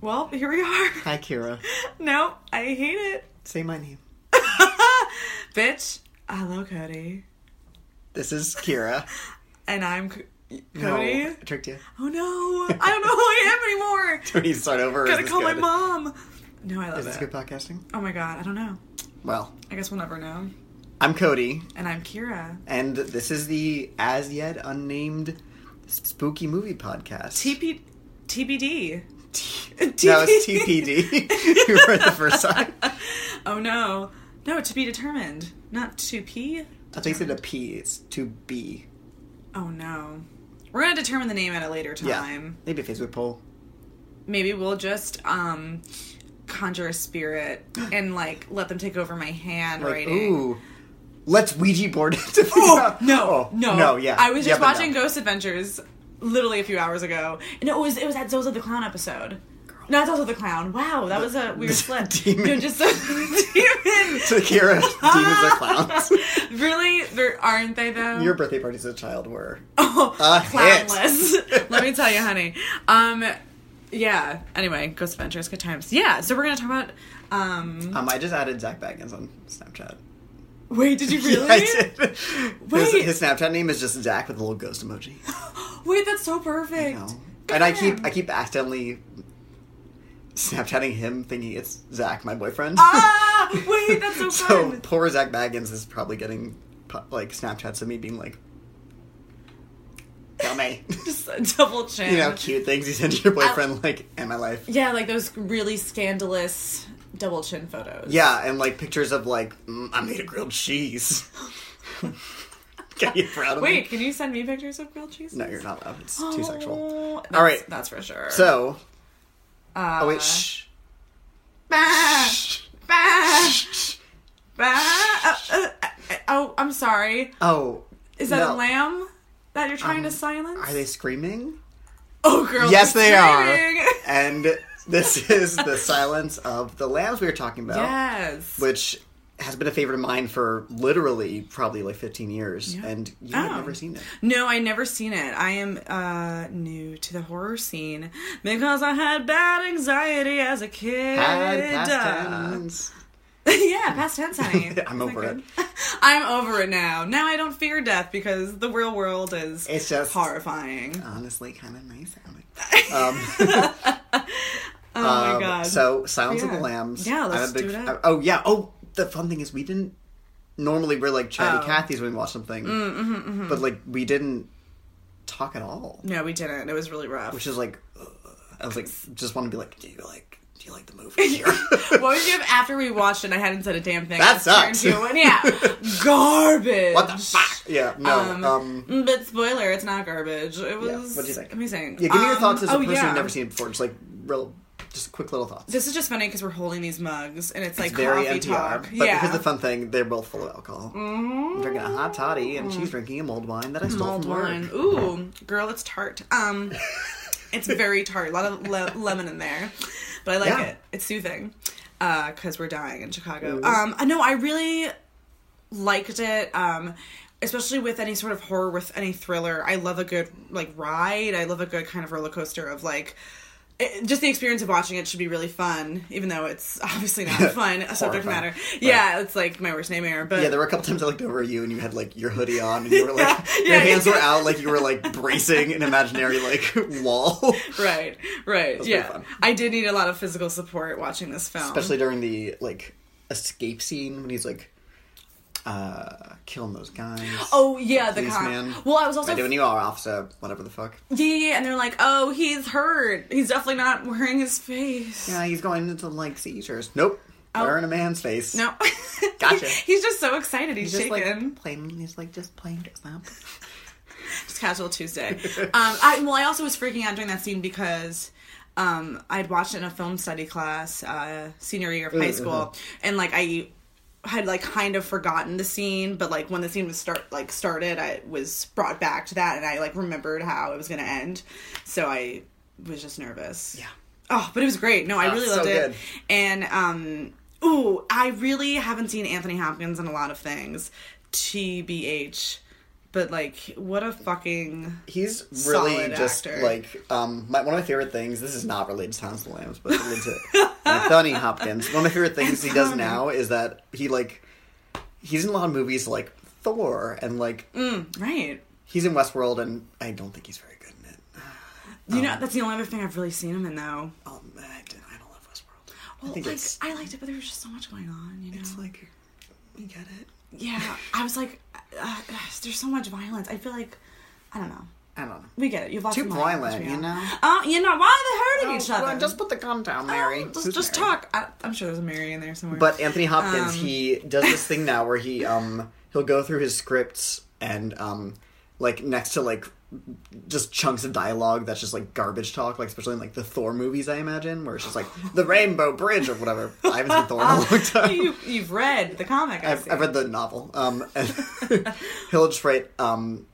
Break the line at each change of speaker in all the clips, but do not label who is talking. Well, here we are.
Hi, Kira.
No, I hate it.
Say my name.
Bitch, hello, Cody.
This is Kira.
And I'm C-
No,
Cody.
I tricked you.
Oh no, I don't know who I am anymore.
Do we need to start over? or is
Gotta
this
call my
good?
mom. No, I love
Is this
it.
good podcasting?
Oh my god, I don't know.
Well,
I guess we'll never know.
I'm Cody,
And I'm Kira.
and this is the as yet unnamed spooky movie podcast.
TP- TBD.
No, it's TPD. you were the first time.
Oh no. No, to be determined. Not to P.
I think it's a P. It's to B.
Oh no. We're gonna determine the name at a later
Yeah,
time.
maybe a Facebook poll.
Maybe we'll just um conjure a spirit and like let them take over my hand
Like,
writing.
ooh, let's Ouija board it. To figure
Oh
out-
no,
Oh,
no,
no, yeah.
I was
Yeah,
just
but no.
watching Ghost Adventures literally a few hours ago, and it was it was that Zozo the Clown episode. Not Zozo the Clown. Wow, that was a weird slip.
demon.
No, just demon.
So Kira, demons are clowns.
really, there aren't they though?
Your birthday parties as a child were
oh,
a hit.
clownless. Let me tell you, honey. Um, yeah. Anyway, Ghost Adventures, good times. Yeah. So we're gonna talk about. Um,
Um, I just added Zach Baggins on Snapchat.
wait, did you really?
Yeah, I did. His,
Wait.
his Snapchat name is just Zach with a little ghost emoji.
Wait, that's so
You
perfect.
know? And I
Damn.
keep I keep accidentally Snapchatting him, thinking it's Zach, my boyfriend.
Ah, wait, that's so
so
fun.
poor Zach Baggins is probably getting pu- like Snapchats of me being like, "Tell me,"
Just a double chin.
you know, cute things you send to your boyfriend, like, "Am I life?"
Yeah, like those really scandalous double chin photos.
Yeah, and like pictures of like, mm, "I made a grilled cheese." Are you proud of me?
Wait, can you send me pictures of grilled cheese?
No, you're not allowed. It's too
Oh.
sexual.
All right,
right.
that's for sure.
So,
uh,
oh wait, shh.
Bah,
Shh.
bah, bah. Uh, uh, uh, oh, I'm sorry.
Oh,
Is that a
no.
lamb that you're trying to silence?
Are they screaming?
Oh, girl.
Yes,
they're
they are.
screaming.
And this is the silence of the lambs we were talking about,
yes.
which has been a favorite of mine for literally probably like 15 years,
Yeah.
and you have
Oh.
never seen it.
No, I never seen it. I am uh new to the horror scene because I had bad anxiety as a kid.
Had past
Uh,
tense.
yeah, past tense, honey.
I'm
Isn't that
over it.
good? I'm over it now. Now I don't fear death because the real world is
It's just
horrifying.
honestly kind of nice sounding. Um,
oh my
um,
god.
So, Silence of
Yeah.
the Lambs.
Yeah,
I'm a
let's
big
do
f-
that.
Oh yeah. Oh, the fun thing is we didn't. Normally we're like chatty
Oh. Mm, mm-hmm,
Cathy's when we watch something, but like we didn't talk at all.
no, we didn't. It was really rough.
which is like ugh. I was like just want to be like do you like do you like the movie here?
what would you have after we watched it? I hadn't said a damn thing.
That
I just turned
sucks.
to you and- yeah, garbage.
what the fuck? Yeah, no. Um,
Um, but spoiler, it's not garbage. It was
yeah. What do you think?
amazing.
Yeah, give me your
Um,
thoughts as a
oh,
person
yeah.
who's never seen it before. Just like real, just quick little thoughts.
This is just funny because we're holding these mugs and it's like
Very
coffee
NPR,
talk.
but
yeah. Mm-hmm.
here's the fun thing: they're both full of alcohol. I'm drinking a hot toddy, and she's drinking a mulled wine that I stole
Mulled
from work.
wine. Ooh, girl, it's tart. Um, it's very tart. A lot of le- lemon in there, but I like
Yeah.
it. It's soothing. Uh, cause we're dying in Chicago. Um, I know. I really liked it. Um, especially with any sort of horror, with any thriller. I love a good like ride. I love a good kind of roller coaster of like. It, just the experience of watching it should be really fun, even though it's obviously not fun a subject
Horrifying.
matter. Yeah, it's like my worst nightmare. But
Yeah, there were a couple times I looked over at you, and you had like your hoodie on, and you were like
Yeah,
your
yeah,
hands
yeah.
were out, like you were like bracing an imaginary like wall.
right, right.
was pretty
Yeah,
fun.
I did need a lot of physical support watching this film.
especially during the like escape scene when he's like uh killing those guys
oh yeah, the cop.
policeman.
Well, I was
I
also
do when you are officer whatever the fuck
yeah, yeah, yeah, and they're like, oh, he's hurt. He's definitely not wearing his face.
yeah he's going into like seizures nope
Oh.
we're in a man's face
No,
Gotcha.
he's just so excited. He's,
he's just
shaken.
like playing he's like just playing dress up
Just casual Tuesday. um, I, well, I also was freaking out during that scene because um, I'd watched it in a film study class uh, senior year of high school, and like I had like kind of forgotten the scene, but like when the scene was start like started, I was brought back to that, and I like remembered how it was gonna end. So I was just nervous.
Yeah.
Oh, but it was great. No, I
Oh,
really
so
loved it.
good.
And um ooh, I really haven't seen Anthony Hopkins in a lot of things. TBH. But like what a fucking
He's really
Solid
just
actor.
like um, my, one of my favorite things. This is not related to Silence of the Lambs, but it relates to Anthony Hopkins. One of my favorite things he does
Anthony.
now is that he like he's in a lot of movies like Thor and like
Mm. right.
he's in Westworld, and I don't think he's very good in it.
You know, that's the only other thing I've really seen him in though.
Um, I, don't- I don't love Westworld.
Well,
I think
like
it's
I liked it, but there was just so much going on, you know.
it's like we get it.
yeah, I was like, uh, uh, there's so much violence. I feel like, I don't know.
I don't know.
We get it. You've lost
Too
your mind,
violent,
which we
you
are.
know?
Oh, you know why are they hurting each
Oh,
other?
well, just put the gun down, Mary.
Oh, just
Who's
just
Mary?
talk. I, I'm sure there's a Mary in there somewhere.
But Anthony
Um,
Hopkins, he does this thing now where he um he'll go through his scripts and um like next to like just chunks of dialogue that's just like garbage talk, like especially in like the Thor movies, I imagine, where it's just like the Rainbow Bridge or whatever. I haven't seen Thor in a long time.
you, you've read the comic. I
I've, I've read the novel. Um, and he'll just write um,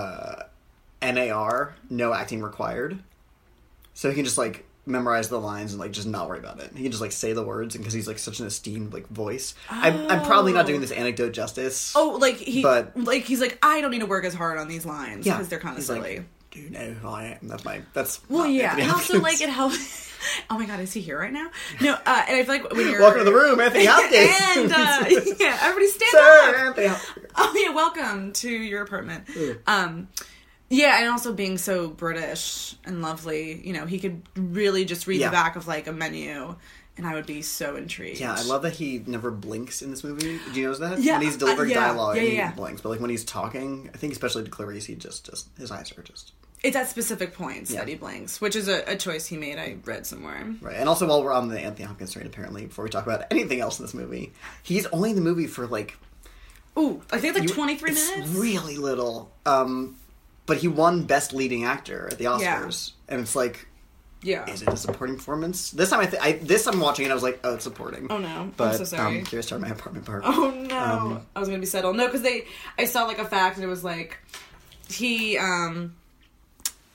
uh, NAR, no acting required. So he can just like memorize the lines and like just not worry about it. He can just like say the words, and because he's like such an esteemed like voice. I'm, I'm probably not doing this anecdote justice.
Oh, like he,
But-
like he's like, I don't need to work as hard on these lines because they're kind of
He's
silly.
Like, Do you know who I am? That's my. That's
well,
not
yeah,
Anthony
and also
Hopkins.
like it helps. Oh my god, is he here right now? No, uh, and I feel like when you're
welcome to the room, Anthony
and
Hopkins.
uh, yeah, everybody stand
Sir
up.
Anthony Hopkins.
oh yeah welcome to your apartment um yeah and also being so british and lovely you know he could really just read
Yeah.
the back of like a menu and i would be so intrigued
Yeah, I love that he never blinks in this movie. Do you notice that?
Yeah,
when he's delivering
uh, yeah,
dialogue,
yeah, yeah, yeah.
he blinks. But like when he's talking, I think especially to Clarice, he just just his eyes are just
it's at specific points
Yeah.
that he blinks which is a, a choice he made i read somewhere
right. And also, while we're on the Anthony Hopkins train, apparently, before we talk about anything else in this movie, he's only in the movie for like
ooh i think it's like 23
it's
minutes
really little. Um, but he won Best Leading Actor at the
Yeah.
Oscars, and it's like,
yeah
is it a supporting performance? This time, I, th- I this time watching it, I was like, oh, it's supporting.
Oh, no. I'm
But
so sorry.
Um, here's to my apartment park.
Oh no! I was gonna be settled. No, because they, I saw like a fact, and it was like he um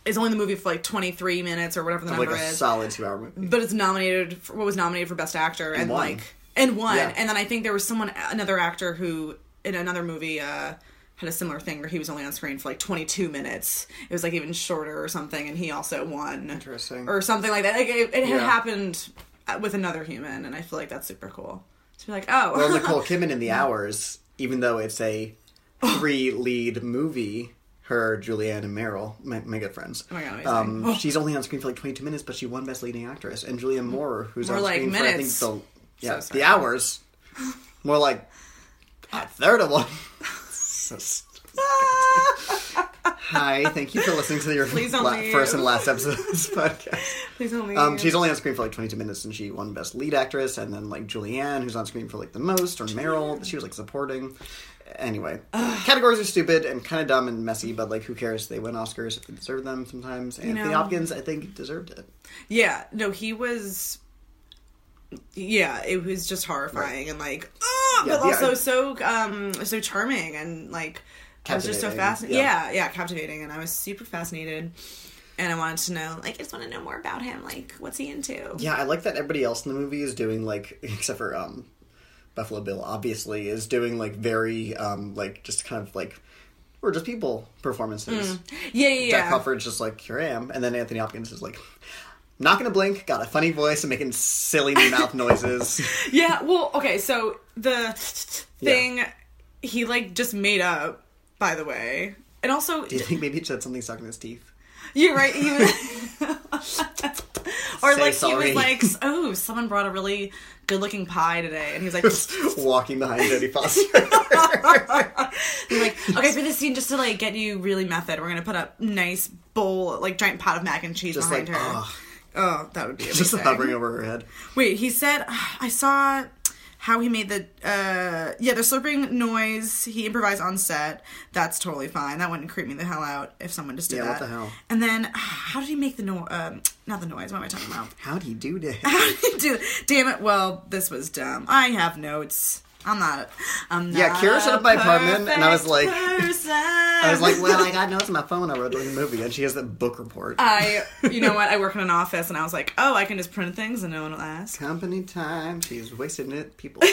is only in the movie for like twenty three minutes or whatever the
like
number
a
is.
solid two-hour movie.
but it's nominated for what was nominated for best actor and,
won.
like and won
Yeah.
and then i think there was someone another actor who in another movie uh had a similar thing where he was only on screen for like 22 minutes it was like even shorter or something and he also won
Interesting.
or something like that like it, it had
Yeah.
happened uh, with another human and i feel like that's super cool to be like oh
Well, Nicole Kidman in The Hours, even though it's a three lead movie, her, Julianne, and Meryl, my, my good friends.
Oh my God, amazing.
um, She's only on screen for like 22 minutes, but she won Best Leading Actress. And Julianne Moore, who's
More
on
like
screen
minutes.
for, I think, the, yeah,
sorry.
the Hours, more like a third of one. So st- Hi, thank you for listening to your
Please don't
la-
leave.
first and last episode of this podcast.
please don't leave
Um, she's only on screen for like 22 minutes, and she won Best Lead Actress. And then like Julianne, who's on screen for like the most, or Meryl, she was like supporting. Anyway, categories are stupid and kind of dumb and messy, but like who cares? They win Oscars if they deserve them sometimes. And Anthony
know-
Hopkins, I think, deserved it.
yeah no he was yeah it was just horrifying and like ah,
Yeah,
but
the- uh,
also so um so charming and like i was just so
Captivating,
fascinated
yeah.
yeah. yeah captivating and i was super fascinated and i wanted to know like i just want to know more about him like what's he into
Yeah, I like that everybody else in the movie is doing like, except for um, Buffalo Bill, obviously, is doing like very um, like just kind of like we're just people performances.
yeah yeah,
Jack
yeah.
Crawford's just like, here I am. And then Anthony Hopkins is like, not gonna blink, got a funny voice, and making silly mouth noises.
Yeah, well, okay, so the thing he like just made up, by the way. And also
Do you think maybe he said something stuck in his teeth?
you're right, he was Or
Say
like he
sorry.
was like, Oh, someone brought a really good looking pie today and he was like
Walking behind Jodie Foster.
He's like, okay, for this scene, just to like get you really method, we're gonna put a nice bowl, like giant pot of mac and cheese
Just
behind
like,
her.
ugh.
Oh, that would be amazing.
just hovering over her head.
Wait, he said I saw how he made the uh yeah the slurping noise he improvised on set. That's totally fine. That wouldn't creep me the hell out if someone just did
Yeah,
that.
what the hell?
And then how did he make the noise? Um, not the noise. What am I talking about?
How'd he do that?
How did he do? Damn it! Well, this was dumb. I have notes. I'm not. I'm not
Yeah, Kira showed up at my apartment, and I was
perfect
like-
person.
I was like, well, I got notes on my phone. I wrote during the movie, and she has that book report.
I, you know what? I work in an office, and I was like, oh, I can just print things, and no one will ask.
Company time. She's wasting it, people.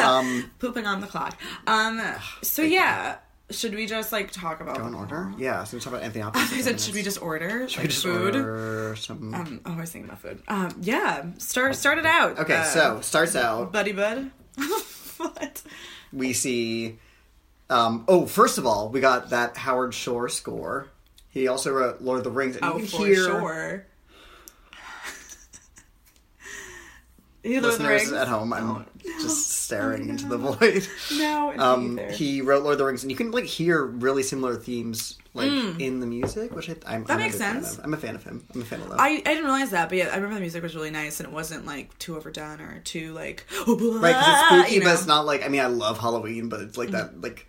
um,
Pooping on the clock. Um. So yeah, should we just like talk about?
go in order. Yeah, so we talk about Anthony Hopkins.
I said, Oh, should we just order like,
just
food?
order some?
Um, oh, I was thinking about food. Um, yeah, start start it out.
okay,
Uh,
so starts out.
buddy bud. what?
We see. Um, oh, first of all, we got that Howard Shore score. He also wrote Lord of the Rings, and
Oh,
you can
for
hear
sure. He Lord of the
listeners
Rings? Oh,
at home. I'm just staring into the void.
No,
Um,
um,
he wrote Lord of the Rings, and you can like hear really similar themes like in the music, which I, I'm that I'm a
Mm. makes
big fan
sense.
of. I'm a fan of him. I'm a fan of them.
I, I didn't realize that, but yeah, I remember the music was really nice, and it wasn't like too overdone or too like oh, blah,
Right, 'cause it's spooky,
you
but
know? Mm.
it's not like I mean, I love Halloween, but it's like that, like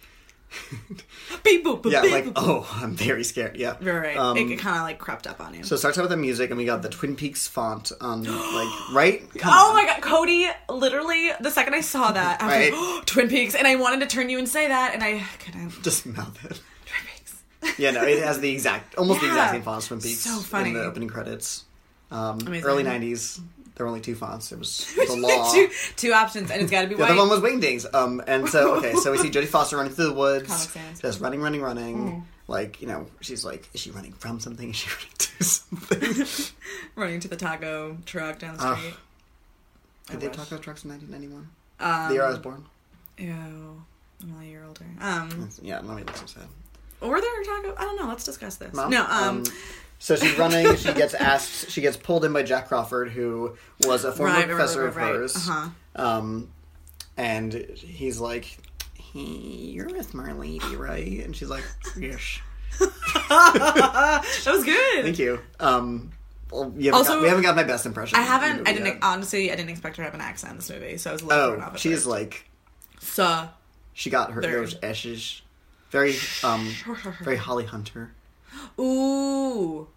Beep, boop, boop,
yeah,
beep,
like
boop.
oh, I'm very scared. Yeah,
right, right.
Um,
it kind of like crept up on you.
so it starts out with the music, and we got the Twin Peaks font on, like right. Come
Oh
on.
my god, Cody! Literally, the second I saw that, I was
Right.
like, "Oh, Twin Peaks, and I wanted to turn you and say that, and I couldn't.
Just mouth it.
Twin Peaks.
Yeah, no, it has the exact, almost the exact
Yeah.
same font as Twin Peaks
So funny.
in the opening credits. Um,
Amazing.
early '90s, there were only two fonts. It was the law.
two, two options, and it's got to be
The
white.
other one was Wingdings. Um, and so okay, so we see Jodie Foster running through the woods,
Comic Sans. Hmm.
just running, running, running. Like you know, she's like, is she running from something? Is she running to something?
running to the taco truck down the
Uh,
street.
Did
I
they
wish.
talk about trucks in 1991?
Um,
the year I was born.
Ew. I'm a year older. Um,
Yeah, no, it looks so sad.
or there taco? I don't know. Let's discuss this.
Mom?
No. Um,
so she's running. She gets asked. She gets pulled in by Jack Crawford, who was a former
Right, right,
professor
right, right,
of
right.
hers.
Uh-huh.
Um, and he's like, hey, "You're with Marlene, right?" And she's like, "Yes."
that was good.
Thank you. Um, well, we, haven't
Also-
got, we haven't got my best impression.
I
of the
haven't.
movie
I didn't.
yet.
Honestly, I didn't expect her to have an accent in this movie, so I was a little thrown
Oh,
off.
she's like
so.
she got her
There.
those ashes. Very um, very Holly Hunter.
Ooh.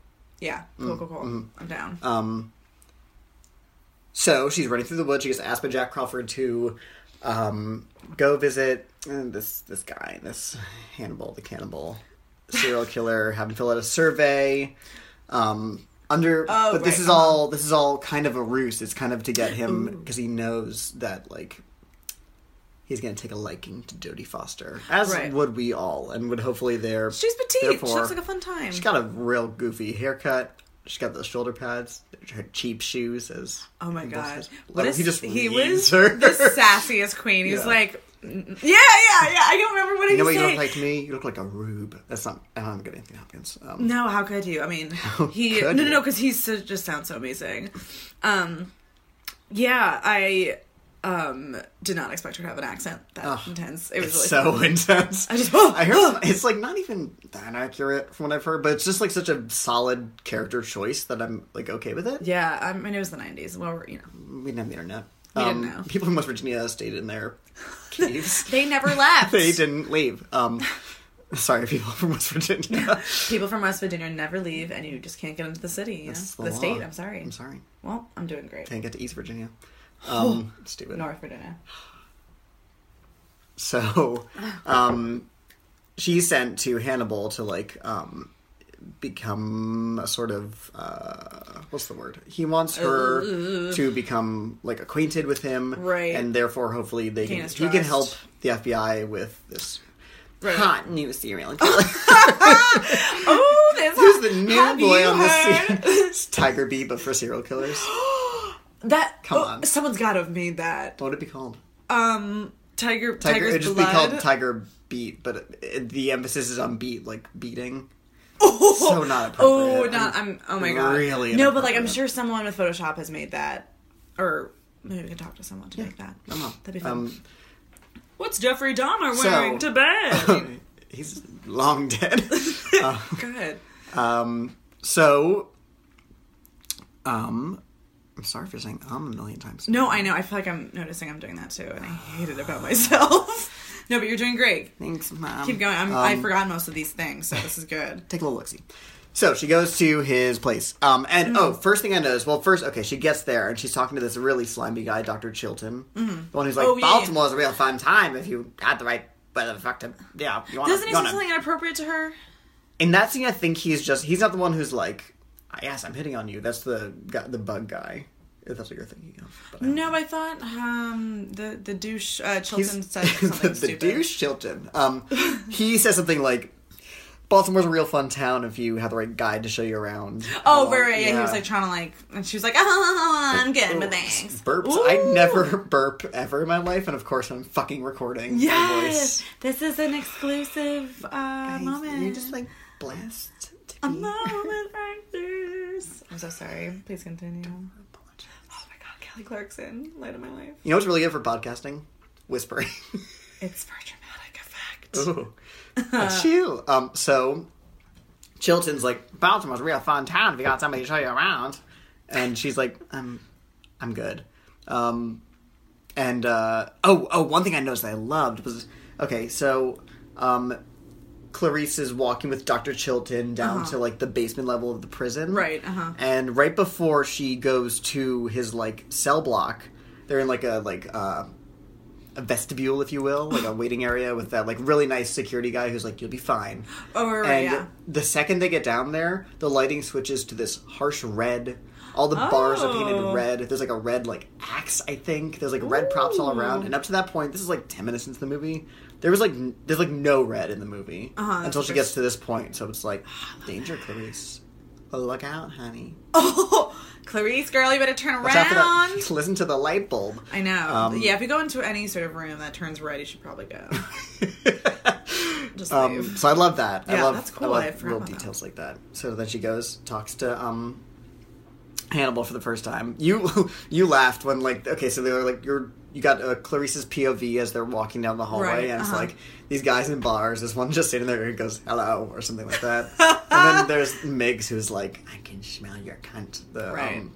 Yeah. Cool. cool. Cool. I'm down.
Mm, mm-hmm. Um, so she's running through the woods. She gets asked by Jack Crawford to um, go visit uh, this this guy, this Hannibal the cannibal serial killer, have him fill out a survey. Um, under,
Oh,
but this
right,
is
uh-huh. Mm.
all this is all kind of a ruse. It's kind of to get him because he knows that like he's going to take a liking to Jodie Foster, as
Right.
would we all, and would hopefully their
she's petite. She
therefore-
looks like a fun time.
She's got a real goofy haircut. She's got those shoulder pads, her cheap shoes. As
Oh my
Kimball
god!
says.
What
Like,
is
he just
he was
reads her.
the sassiest queen. He was
Yeah.
like, "Mm, yeah, yeah, yeah. I don't remember what
You
he
know what
said.
you look like to me? You look like a rube. That's not. I'm not good at Anthony Hopkins. Um,
No, how could you? I mean, he no,
could
no,
you?
no, because he so, just sounds so amazing. Um, yeah, I um did not expect her to have an accent that intense. It was really
it's so intense.
I just- oh,
I heard some- it's like not even that accurate from what I've heard, but it's just like such a solid character choice that I'm like okay with it.
yeah. I mean, it was the nineties. Well, you know,
We didn't have the internet.
We
Um,
didn't know.
People in West Virginia stayed in their caves.
they never left.
they didn't leave. Um, sorry, people from West Virginia.
People from West Virginia never leave, and you just can't get into the city, you know?
It's
the,
law.
state. I'm sorry.
I'm sorry.
Well, I'm doing great.
Can't get to East Virginia.
Oh.
Um, stupid.
North Virginia.
So, um, she's sent to Hannibal to like um, become a sort of uh, what's the word? He wants her to become like acquainted with him,
Uh. Right.
And therefore, hopefully, they can,
Gain his
he can
trust.
help the FBI with this
Right.
hot new serial killer.
Oh, there's
Who's the new
Have
boy
you
on this?
heard?
It's Tiger B, but for serial killers.
That
Come
oh,
on.
someone's got to have made that.
What would it be called?
Um, tiger,
Tiger,
tiger's
it'd just
blood.
be called Tiger Beat, but it, it- the emphasis is on beat, like beating. So not appropriate.
Oh, not I'm. Oh my
I'm
god.
really
no, but like I'm
inappropriate.
sure someone with Photoshop has made that, or maybe we can talk to someone to make that.
I don't know.
That'd be fun.
Um,
What's Jeffrey Dahmer
So-
wearing to bed?
he's long dead. Uh,
Good.
um, so, um, I'm sorry for saying um a million times.
No, I know. I feel like I'm noticing I'm doing that too, and I hate it about myself. no, but you're doing great.
Thanks, mom.
Keep going. I'm, I
Um,
forgot most of these things, so this is good.
Take a little look see. So she goes to his place. Um, and
Mm.
oh, first thing I noticed. Well, first, okay, she gets there and she's talking to this really slimy guy, Doctor Chilton, the one who's like,
Oh, yeah, yeah.
Baltimore's a real fun time if you had the right, but the fuck to, yeah, you want
Doesn't he
to.
say something inappropriate to her?
In that scene, I think he's just he's not the one who's like, "Ah, yes, I'm hitting on you. That's the guy, the bug guy. If that's what you're thinking of. But I-
No, I thought um, the the douche uh,
He's-
Chilton said something
the, the
stupid.
douche Chilton. Um, he says something like, "Baltimore's a real fun town if you have the right guide to show you around."
Oh,
Um,
right, right. Yeah. he was like trying to like, and she was like, oh, I'm good, but thanks.
Burps.
Ooh.
I never burp ever in my life, and of course I'm fucking recording. my
Yes,
voice.
this is an exclusive uh, moment.
You just like blessed to
a
be.
moment like this. I'm so sorry. Please continue. Oh my God, Kelly Clarkson, light of my life.
You know what's really good for podcasting? Whispering.
It's for dramatic effect.
Ooh. Achoo. Um, so Chilton's like, Baltimore's a real fun town if you got somebody to show you around. And she's like, um, I'm good. Um, and uh, oh, oh, one thing I noticed I loved was okay, so um, Clarice is walking with Dr. Chilton down to like the basement level of the prison.
Uh-huh. Right, uh-huh.
And right before she goes to his like cell block, they're in like a like uh a vestibule, if you will, like a waiting area with that like really nice security guy who's like, "You'll be fine."
Oh, right, right,
and
yeah.
the second they get down there, the lighting switches to this harsh red. All the bars are painted
Oh.
red. There's like a red like axe, I think. There's like red props all around. And up to that point, this is like ten minutes into the movie. There was like n- there's like no red in the movie
Uh-huh, that's
until she
the
gets to this point. So it's like danger, Clarice. Look out, honey.
Oh, Clarice, girl, you better turn
Watch out for that-
around.
Listen to the light bulb.
I know.
Um,
yeah, if you go into any sort of room that turns red, you should probably go. Just
Um,
leave.
so I love that. I
Yeah,
love,
that's cool.
I love
I forgot
real
about that.
details like that. So then she goes, talks to um, Hannibal for the first time. You you laughed when like okay, so they were like you're you got uh, Clarice's POV as they're walking down the hallway,
Right,
and it's
uh-huh.
like these guys in bars. This one just sitting there and goes hello or something like that. and then there's Miggs who's like, I can smell your cunt. The
Right.
um,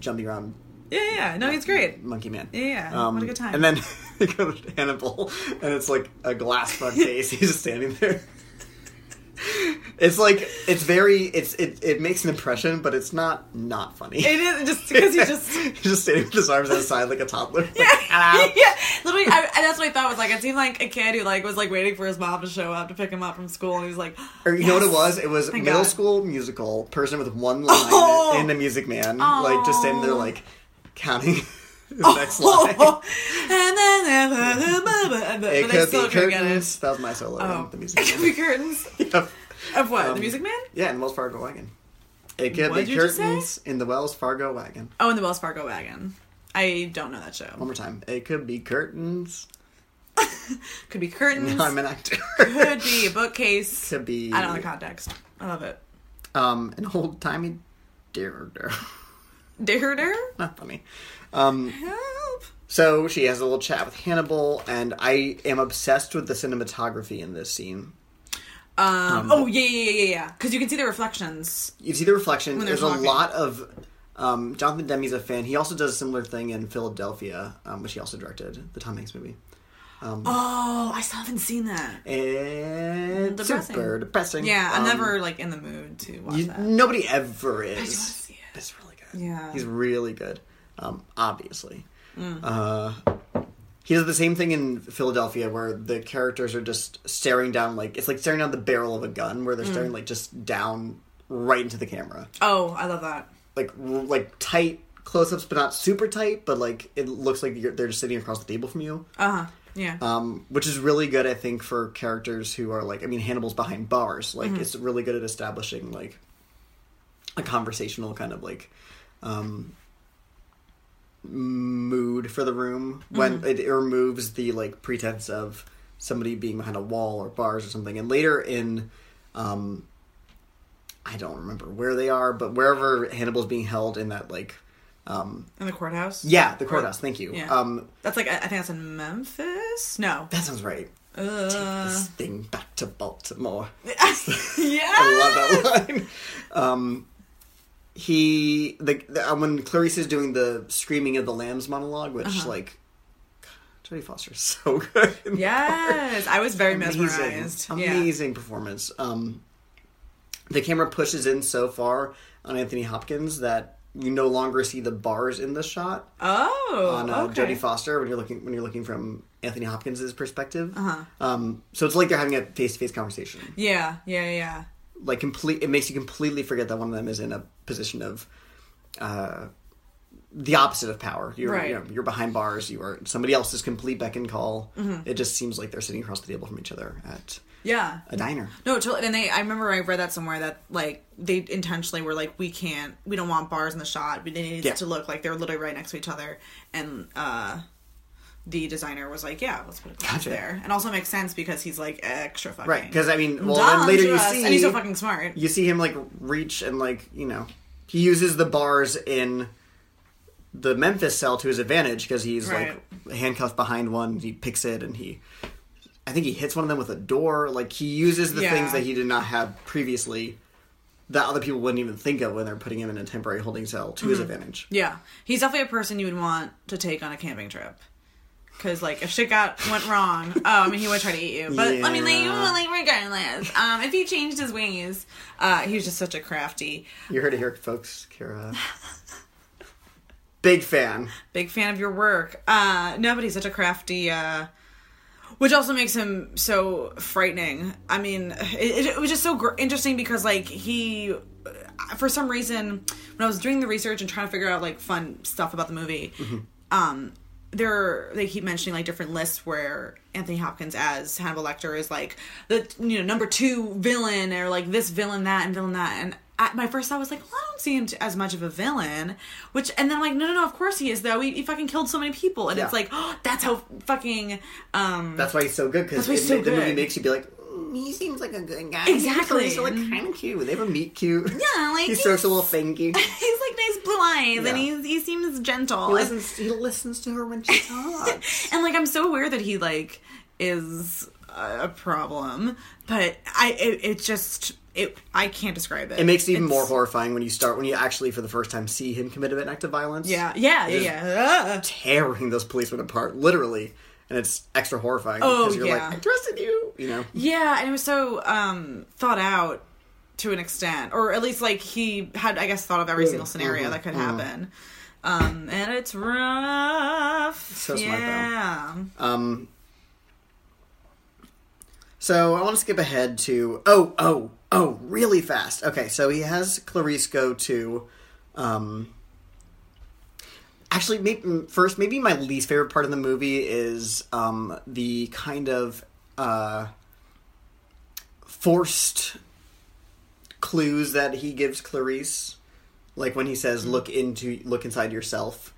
jumping around
Yeah, yeah. No, he's great.
Monkey Man. Um,
Yeah, what a good time.
And then they go to Hannibal, and it's like a glass front face. He's just standing there. It's like it's very it's it it makes an impression, but it's not not funny.
It is just because he just.
he's just standing with his arms outside like a toddler. Like,
yeah,
"Hello."
literally. I, and that's what I thought was like. It seemed like a kid who like was like waiting for his mom to show up to pick him up from school, and he was like,
Or you know what it
"Yes."
was? It was
Thank
middle
God.
school musical person with one line
Oh.
in the Music Man, like just standing there
Oh.
like counting his next line.
Oh, and then, and then, and then- and then-
It
but I
could
still
be
couldn't get it.
curtains. That was my solo
Oh,
in the Music
it could
Man.
be curtains
Yep.
of what?
Um,
the Music Man?
Yeah, in Wells Fargo wagon. It could
What
be
did you just
curtains in the Wells Fargo wagon.
Oh, and the Wells Fargo wagon. I don't know that
One
show.
more time. It could be curtains.
Could be curtains.
I'm an actor.
could be a bookcase.
could be
I don't know the context. I love it.
um an old timey dear
Dare
Not funny. Um
help.
so she has a little chat with Hannibal and I am obsessed with the cinematography in this scene.
Um, oh yeah, yeah, yeah, yeah, yeah. Because you can see the reflections.
You see the reflection.
When they're
There's a
talking.
lot of um, Jonathan Demi's a fan. He also does a similar thing in Philadelphia, um, which he also directed, the Tom Hanks movie.
Oh, I still haven't seen that.
And
Depressing.
super depressing.
Yeah, I'm
Um,
never like in the mood to watch
You-
that.
nobody ever is.
do wanna see it.
It's really good.
Yeah. Mm.
he's really good. Um, obviously, uh, he does the same thing in Philadelphia where the characters are just staring down like it's like staring down the barrel of a gun where they're
Mm.
staring like just down right into the camera,
Oh, I love that.
like r- like tight close-ups but not super tight, but like it looks like you're, they're just sitting across the table from you.
Uh huh. Yeah.
Um, which is really good, I think, for characters who are like, I mean, Hannibal's behind bars. Like, it's really good at establishing like a conversational kind of like um, mood for the room when it removes the like pretense of somebody being behind a wall or bars or something. And later in, um, I don't remember where they are, but wherever Hannibal's being held in that like,
in the courthouse.
yeah, the courthouse. Thank you.
Yeah.
Um,
That's like I I think that's in Memphis. No.
that sounds right.
Uh,
this thing back to Baltimore.
yeah.
I love that line. Um, he the, the uh, when Clarice is doing the screaming of the lambs monologue, which
Uh-huh.
like Jodie Foster is so good. in that
Yes, I was very
amazing,
mesmerized. Yeah.
amazing performance. Um, the camera pushes in so far on Anthony Hopkins that you no longer see the bars in the shot
Oh,
on uh,
okay.
Jodie Foster when you're looking when you're looking from Anthony Hopkins' perspective. Uh-huh. Um, so it's like they're having a face to face conversation.
yeah, yeah, yeah.
Like complete, it makes you completely forget that one of them is in a position of uh, the opposite of power. You're
Right.
you know, you're behind bars. You are somebody else's complete beck and call.
Mm-hmm.
It just seems like they're sitting across the table from each other at
Yeah.
a diner.
No, totally. And they, I remember I read that somewhere that like they intentionally were like, we can't, we don't want bars in the shot. We they needed
Yeah.
to look like they're literally right next to each other. And uh, the designer was like, yeah, let's put a glass
Gotcha.
there. And also makes sense because he's like extra fucking
Right, because I mean, well,
dumb
and later
to
you
us.
see
and he's so fucking smart.
you see him like reach and like you know he uses the bars in the Memphis cell to his advantage because he's like handcuffed behind one. He picks it and he, I think he hits one of them with a door. Like he uses the
Yeah.
things that he did not have previously that other people wouldn't even think of when they're putting him in a temporary holding cell to his advantage.
Yeah, he's definitely a person you would want to take on a camping trip. Cause like if shit got went wrong, oh, I mean he would try to eat you. But I mean like,
Yeah.
like regardless, um, if he changed his ways, uh, he was just such a crafty.
You heard it here, folks. Kara, big fan.
big fan of your work. Uh, no, but he's such a crafty, uh, which also makes him so frightening. I mean, it, it was just so gr- interesting because like he, for some reason, when I was doing the research and trying to figure out like fun stuff about the movie, um, there they keep mentioning like different lists where Anthony Hopkins as Hannibal Lecter is like the you know number two villain or like this villain that and villain that and I, my first thought was like well, I don't see him t- as much of a villain which and then I'm like no no no of course he is though he, he fucking killed so many people and it's
Yeah.
like oh, that's how fucking um
That's why he's so good because
why he's so
the movie
good.
makes you be like, "Mm, he seems like a good guy.
Exactly.
He's like kind of cute. They have a meet cute.
Yeah, like,
he strokes a little fingy.
he's like nice blue eyes and
Yeah.
he's, he seems gentle
He
and,
listens. He listens to her when she talks.
and like I'm so aware that he like is a a problem but I it, it just it I can't describe it
It makes it even
It's-
more horrifying when you start when you actually for the first time see him commit an act of violence.
Yeah, yeah, yeah, yeah. Ugh.
tearing those policemen apart literally, and it's extra horrifying
Oh,
because you're
yeah.
like, I trusted you. You know.
Yeah, and it was so um thought out to an extent, or at least like he had, I guess, thought of every
Mm,
single scenario
mm-hmm,
that could happen. Um, and it's rough.
So smart, though.
yeah.
Um. So I want to skip ahead to oh oh oh really fast. Okay, so he has Clarice go to, um. Actually, maybe, first maybe my least favorite part of the movie is um the kind of uh. Forced clues that he gives Clarice, like when he says
Hmm.
look into look inside yourself.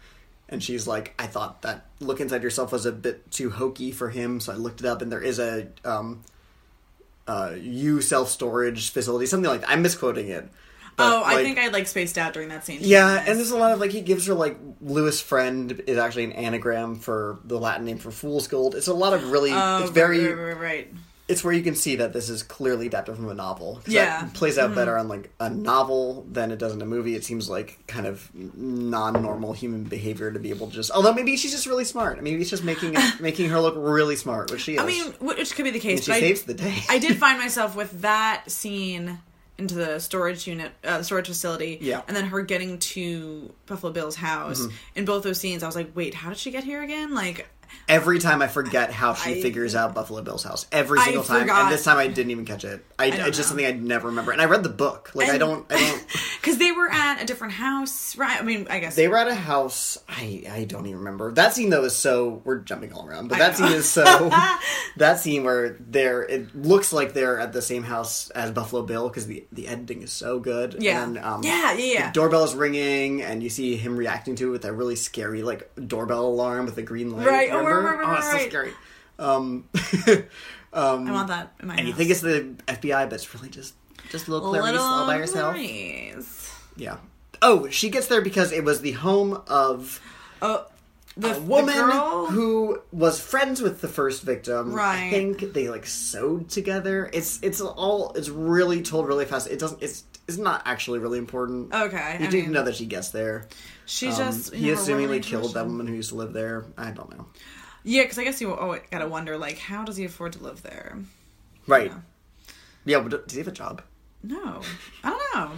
And she's like, I thought that look inside yourself was a bit too hokey for him, so I looked it up, and there is a um, uh, you self storage facility, something like that. I'm misquoting it. But,
oh, I
like,
think I like spaced out during that scene.
yeah, and there's a lot of like he gives her like Lewis friend is actually an anagram for the Latin name for fool's gold. It's a lot of really
Oh,
it's very
right, right, right, right.
it's where you can see that this is clearly adapted from a novel. 'Cause that
Yeah. Mm-hmm.
plays out better on like a novel than it does in a movie. It seems like kind of non-normal human behavior to be able to just. Although maybe she's just really smart. Maybe it's just making making her look really smart, which she is.
I mean, wh- which could be the
and
case.
she
But I,
saves the day.
I did find myself with that scene into the storage unit, uh, storage facility,
Yeah. Mm-hmm.
and then her getting to Buffalo Bill's house. In both those scenes, I was like, "Wait, how did she get here again?" Like,
Every time I forget how she
I-
figures out Buffalo Bill's house. Every
I
single time,
forgot.
and this time I didn't even catch it. I,
don't
it's just
know.
something I never remember. And I read the book. Like I
And-
don't. I don't.
because they were at a different house, right? I mean, I guess
They were at a house. I I don't even remember. That scene though is so we're jumping all around, but that
know.
scene is so that scene where they're it looks like they're at the same house as Buffalo Bill because the the editing is so good.
Yeah.
and, um,
Yeah, yeah, yeah.
The doorbell is ringing, and you see him reacting to it with that really scary like doorbell alarm with a green light.
Right. Oh,
Remember?
right, right, right,
oh, it's
right.
so scary. Um,
I want that in my
and you
house.
think it's the FBI, but it's really just just little Clarice
little
all by herself.
Clarice.
Yeah. Oh, she gets there because it was the home of.
Oh, the
a woman
the girl?
who was friends with the first victim.
Right.
I think they like sewed together. It's it's all it's really told really fast. It doesn't it's it's not actually really important.
Okay,
You
I
do
mean-
know that she gets there.
she
Um,
just you
he
know, her
assumingly
womanly
killed that
intuition.
woman who used to live there. I don't know.
Yeah, because I guess you always gotta wonder like, how does he afford to live there?
Right. Yeah, but does he have a job?
No, I don't know. I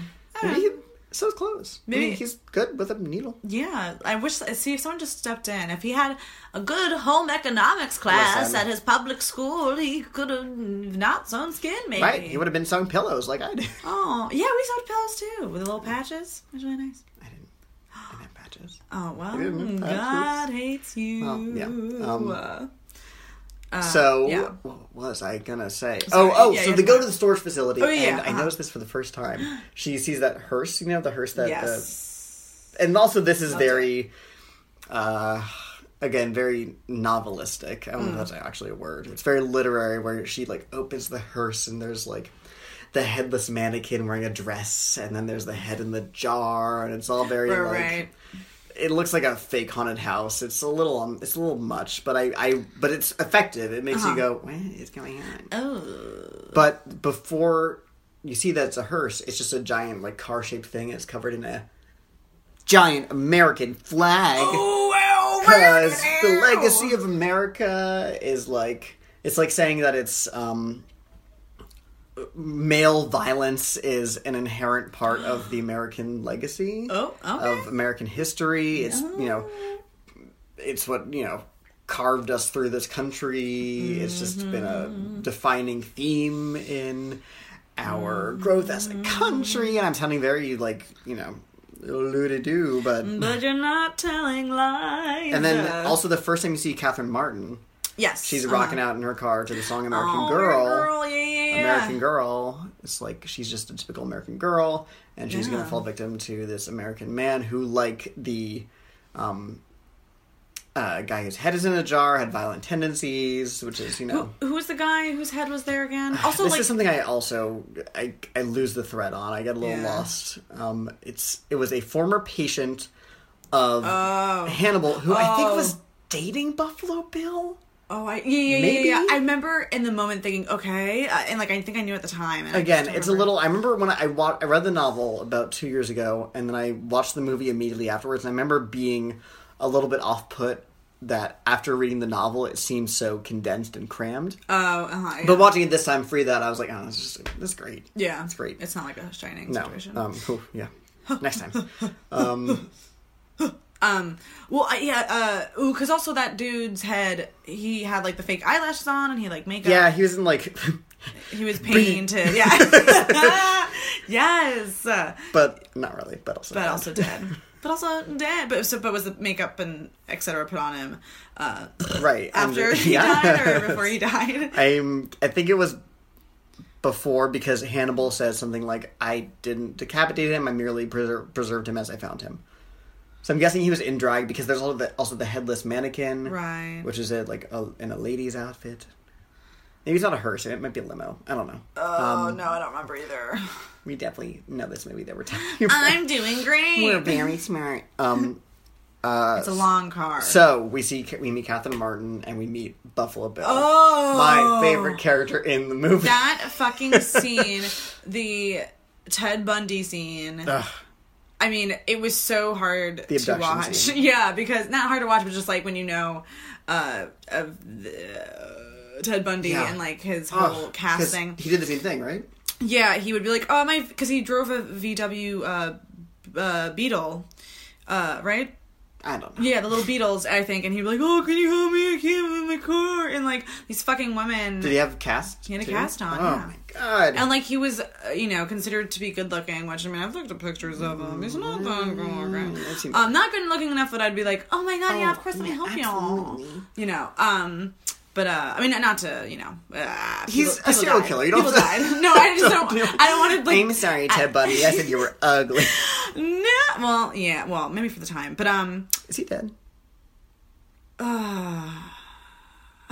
don't
Maybe
know.
he sews clothes. Maybe I
Maybe-
mean, he's good with a needle.
Yeah, I wish. See, if someone just stepped in, if he had a good home economics class
Listen.
at his public school, he could have not sewn skin, maybe.
Right? He would have been sewing pillows like I did.
Oh, yeah, we sewed pillows too with little patches. It was really nice.
I didn't. I didn't have patches.
Oh well,
didn't have
God hates you.
Well, yeah, um,
Uh, uh,
so
yeah.
what was I gonna say?
Sorry,
Oh, oh!
yeah,
so
you're
they go
fine.
to the storage facility,
Oh, yeah,
and I
uh-huh.
noticed this for the first time. She sees that hearse, you know, the hearse that.
yes.
The, and also, this is
Loved it.
very, uh, again, very novelistic. I don't
Hmm.
know if that's actually a word. It's very literary, where she like opens the hearse, and there's like the headless mannequin wearing a dress, and then there's the head in the jar, and it's all very
Right,
like.
right.
it looks like a fake haunted house. It's a little um, it's a little much, but I, I but it's effective. It makes you go, what is going on?
Oh,
But before you see that it's a hearse, it's just a giant like car shaped thing. and It's covered in a giant American
Oh,
flag
well,
because the
ew.
legacy of America is like it's like saying that it's um male violence is an inherent part of the American legacy
Oh, okay.
of American history. It's you know, it's what you know carved us through this country. It's just been a defining theme in our growth as a country. And I'm sounding very like you know, to do, but
But you're not telling lies.
and then
Uh,
also the first time you see Catherine Martin,
yes,
she's rocking out in her car to the song Uh-huh. American
Oh,
Girl.
girl, yeah, yeah, yeah.
American Girl. It's like she's just a typical American girl, and she's going
Yeah.
to fall victim to this American man who, like the um, uh, guy whose head is in a jar, had violent tendencies, which is you know.
Who, who was the guy whose head was there again? Also,
this
like,
is something I also I, I lose the thread on. I get a little
Yeah.
lost. Um, it's it was a former patient of
Oh.
Hannibal who I think
Oh.
was dating Buffalo Bill.
oh, I, yeah, yeah, yeah,
Maybe?
yeah. I remember in the moment thinking, okay, uh, and like I think I knew at the time. And I
Again,
just don't
it's a
remember.
little. I remember when I wa- I read the novel about two years ago, and then I watched the movie immediately afterwards. And I remember being a little bit off put that after reading the novel, it seemed so condensed and crammed.
Oh, uh-huh, yeah.
But watching it this time, free that I was like, oh, this is this is great.
yeah,
it's great.
It's not like a shining
no,
situation.
um, whew, yeah. Next time, um,
Um, well, I- yeah, uh, ooh, because also that dude's head, he had like the fake eyelashes on, and he had, like makeup.
yeah, he was in like,
he was painted. Yeah, yes, uh,
but not really, but also,
but also dead. But also dead. But so, but was the makeup and etc. put on him uh,
right and-
after he
yeah.
died or before he died?
I'm. I think it was before because Hannibal says something like, "I didn't decapitate him. I merely preser- preserved him as I found him." So I'm guessing he was in drag because there's also the also the headless mannequin,
Right.
Which is a, like a, in a lady's outfit. Maybe it's not a hearse. It might be a limo. I don't know.
Oh no, I don't remember either.
we definitely know this movie that we're talking about.
I'm doing great.
we're very smart. Um.
it's a long car.
So we see we meet Catherine Martin and we meet Buffalo Bill.
oh,
My favorite character in the movie.
That fucking scene, the Ted Bundy scene.
Ugh.
I mean, it was so hard to
Uh, abduction
watch.
scene.
Yeah, because not hard to watch, but just like when you know uh, of the, uh, Ted Bundy
Yeah.
and like his
Ugh,
whole
Oh, 'cause
casting.
He did the same thing, right?
Yeah, he would be like, "Oh my," because he drove a VW uh, uh, Beetle, uh, right?
I don't know.
Yeah, the little Beatles, I think, and he'd be like, "Oh, can you help me? I can't move my car." And like these fucking women,
Did he have cast? He
had a cast on,
Oh
yeah.
my god.
and like he was, uh, you know, considered to be good looking. Which I mean, I've looked at pictures of him. He's not that good looking.
Mm, That seems-
Um, not good looking enough that I'd be like, "Oh my god, yeah,
Oh,
of course, let me
yeah,
help
absolutely.
you." You know, um, but uh, I mean, not to, you know, uh, people-
He's a
people
serial
died.
killer. You don't
People
have to-
died. No, I just don't.
Don't do-
I don't want to like
I'm sorry, Ted Bundy. I said you were ugly.
No, well, yeah, well, maybe for the time, but um,
Is he dead?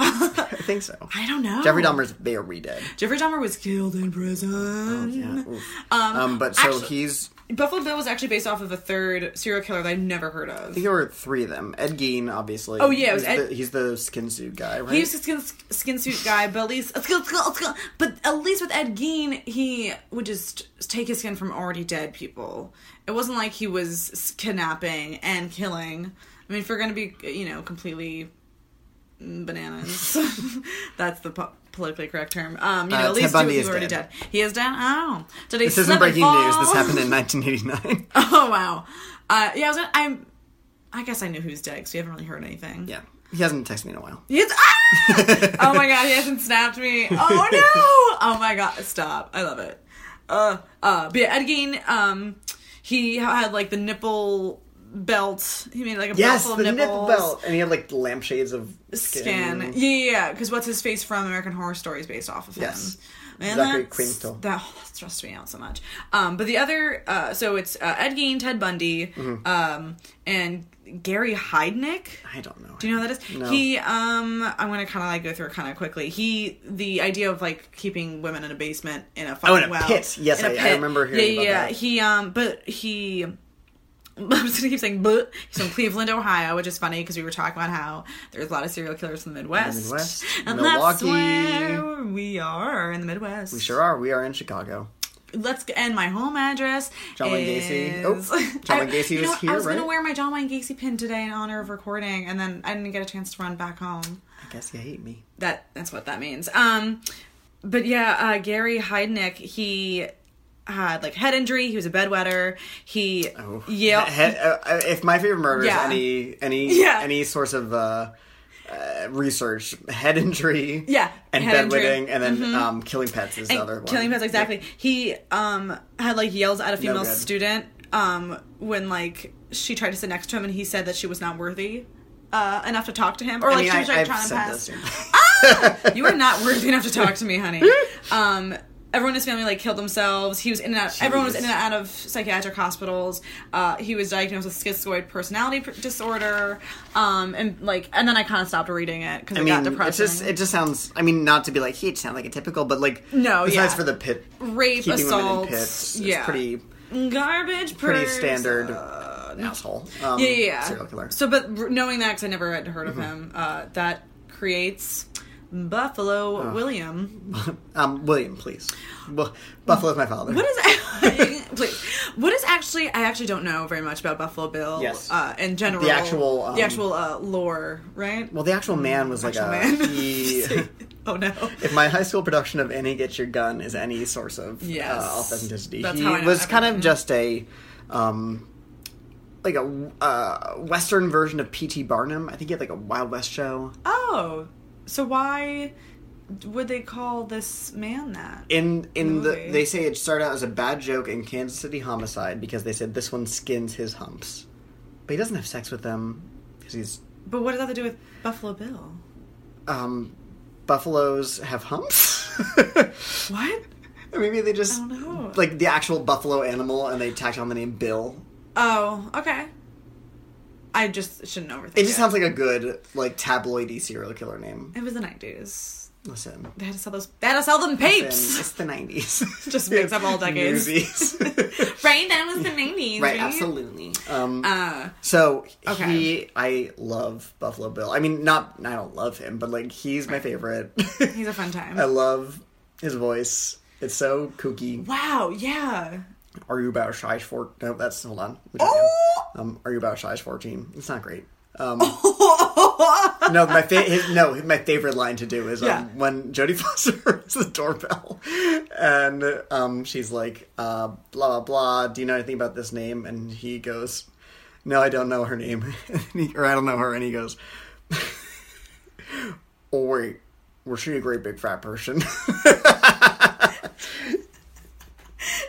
I think so.
I don't know.
Jeffrey Dahmer's very dead.
Jeffrey Dahmer was killed in prison.
Oh, Yeah. oof.
Um,
Um, but so
actually-
he's. I
Buffalo Bill was actually based off of a third serial killer that I've never heard of.
think there were three of them. Ed Gein, obviously.
Oh, yeah, it was
he's,
Ed-
the, he's the skin suit guy, right?
He was a skin, skin suit guy, but at least let's go, let's go, let's go. but at least with Ed Gein, he would just take his skin from already dead people. It wasn't like he was kidnapping and killing. I mean, if you're gonna be you know completely bananas, that's the po- politically correct term. Um, you know,
Uh,
at
Ted
least two
Bundy
people
is
are already dead.
dead.
He is dead. Oh, did he?
This isn't
slip and
breaking news. This
fall?
happened in 1989.
Oh wow. Uh, yeah, I was. gonna- I'm. I guess I knew who's dead because we haven't really heard anything.
yeah. He hasn't texted me in a while.
He's, ah! oh my god, he hasn't snapped me. Oh no! Oh my god, stop. I love it. Uh, uh, but yeah, Ed Gein, um, he had like the nipple belt. He made like a
Yes,
belt
the
full of
nipple
nipples.
belt. And he had like lampshades of
Skin.
skin.
Yeah, yeah, yeah. Because what's his face from American Horror Story is based off of him.
Yes.
Man,
Zachary
that's-
Quinto.
That oh, that stressed me out so much. Um, but the other, uh, so it's uh, Ed Gein, Ted Bundy,
Mm-hmm.
um, and Gary Heidnick.
I don't know.
Do you know who that is?
No.
He um I'm gonna kinda like go through it kinda quickly. He the idea of like keeping women in a basement in a fucking
Oh, in a
well.
pit. Yes,
in a
I- I
pit.
remember
Yeah,
hearing
yeah,
about
yeah.
that.
He um but he I'm just gonna keep saying but he's from Cleveland, Ohio, which is funny because we were talking about how there's a lot of serial killers in the Midwest.
Midwest,
and that's
Milwaukee.
where we are in the Midwest.
We sure are. We are in Chicago.
Let's g- and my home address.
John Wayne Gacy. Oh,
is-
John Wayne Gacy
you
was
know what?
here,
I was gonna
right?
wear my John Wayne Gacy pin today in honor of recording, and then I didn't get a chance to run back home
I guess you hate me.
that that's what that means. Um, but yeah, uh, Gary Heidnick, he had like head injury. He was a bedwetter. He
Oh.
yeah.
He- he- uh, uh, if my favorite murder
Yeah.
is any any
Yeah.
any source of uh, uh, research, head injury,
Yeah,
and
head injury. Mm-hmm.
bedwetting, and then um, killing pets is the other one.
killing pets exactly. He um had like yelled at a female
good.
student um when like she tried to sit next to him and he said that she was not worthy uh enough to talk to him or
I
like
mean,
she was
I,
like
I've
trying to
said
pass.
this.
you are not worthy enough to talk to me, honey. Um, everyone in his family like killed themselves. He was in and out. Everyone was in and out of psychiatric hospitals. Uh, he was diagnosed with schizoid personality pr- disorder. Um, and like, and then I kind of stopped reading it because
I
it
mean,
got
it
depressing.
just it just sounds. I mean, not to be like he sound like a typical, but like
No,
Besides
yeah.
for the pit
Rape,
keeping women in
assault,
pits,
yeah.
it's pretty
garbage.
pretty
purse,
standard
uh,
asshole. Um,
yeah, yeah, yeah.
serial killer. Mm-hmm.
So, but r- knowing that because I never had heard of him, uh, that creates Buffalo William.
um, William, please. Bu- Buffalo's my father.
What is please? What is actually? I actually don't know very much about Buffalo Bill.
Yes.
uh, in general,
The actual, um,
the actual uh, lore, right?
well, the actual man was like
Actual
a
man.
he.
oh no.
If my high school production of Annie Get Your Gun is any source of
Yes.
uh, authenticity,
That's
he
how I know
was kind of
everything.
just a, um, like a uh, Western version of P.T. Barnum. I think he had like a Wild West show.
Oh, so why would they call this man that?
In in the,
Movie.
they say it started out as a bad joke in Kansas City homicide because they said this one skins his humps, but he doesn't have sex with them because he's
but what does that have to do with Buffalo Bill?
um, buffaloes have humps.
What?
Maybe they just
I don't know.
like the actual buffalo animal and they tacked on the name Bill.
Oh, okay. I just shouldn't overthink.
It just sounds like a good like tabloidy serial killer name.
it was the nineties.
Listen,
They had to sell those. They had to sell them
then
papes.
it's the nineties.
Just makes up all decades. Right, that was the nineties.
right, absolutely. Um,
Uh,
so
okay.
he, I love Buffalo Bill. I mean, not I don't love him, but like he's my favorite.
he's a fun time.
I love his voice. It's so kooky.
Wow, yeah.
Are you about size four? No, that's hold on. Which I
Oh,
am. Um, are you about size fourteen? It's not great. Um, no, my fa- his, no, my favorite line to do is um,
Yeah.
when Jodie Foster rings the doorbell, and um, she's like, uh, blah blah blah. Do you know anything about this name? And he goes, No, I don't know her name, And he- or I don't know her. And he goes, Oh wait, was she a great big fat person?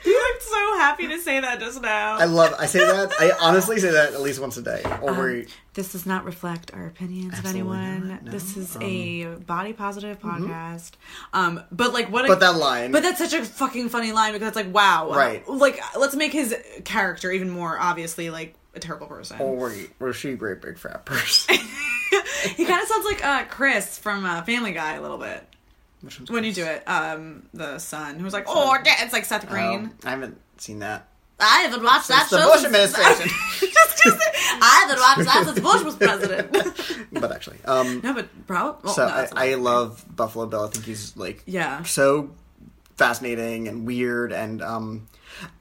You looked so happy to say that just now.
I love. I say that. I honestly say that at least once a day.
Um,
Oh wait.
this does not reflect our opinions of
Absolutely
anyone.
not, no. Um,
This
mm-hmm.
is a body positive podcast. Um, but like what? A,
But that line.
But that's such a fucking funny line because it's like, wow,
Right.
Like, let's make his character even more obviously like a terrible person.
Oh wait, was she a great big fat person?
He kind of sounds like uh, Chris from uh, Family Guy a little bit
Which one's
when you do it. Um, the son who's like, oh, Dad," it's like Seth Green.
Um, I haven't seen that.
I haven't watched that
It's the
show
Bush
since-
administration.
just, just, I haven't watched that since Bush was president.
but actually, um,
no, but probably.
so I, I love Buffalo Bill. I think he's like
Yeah.
so fascinating and weird and um,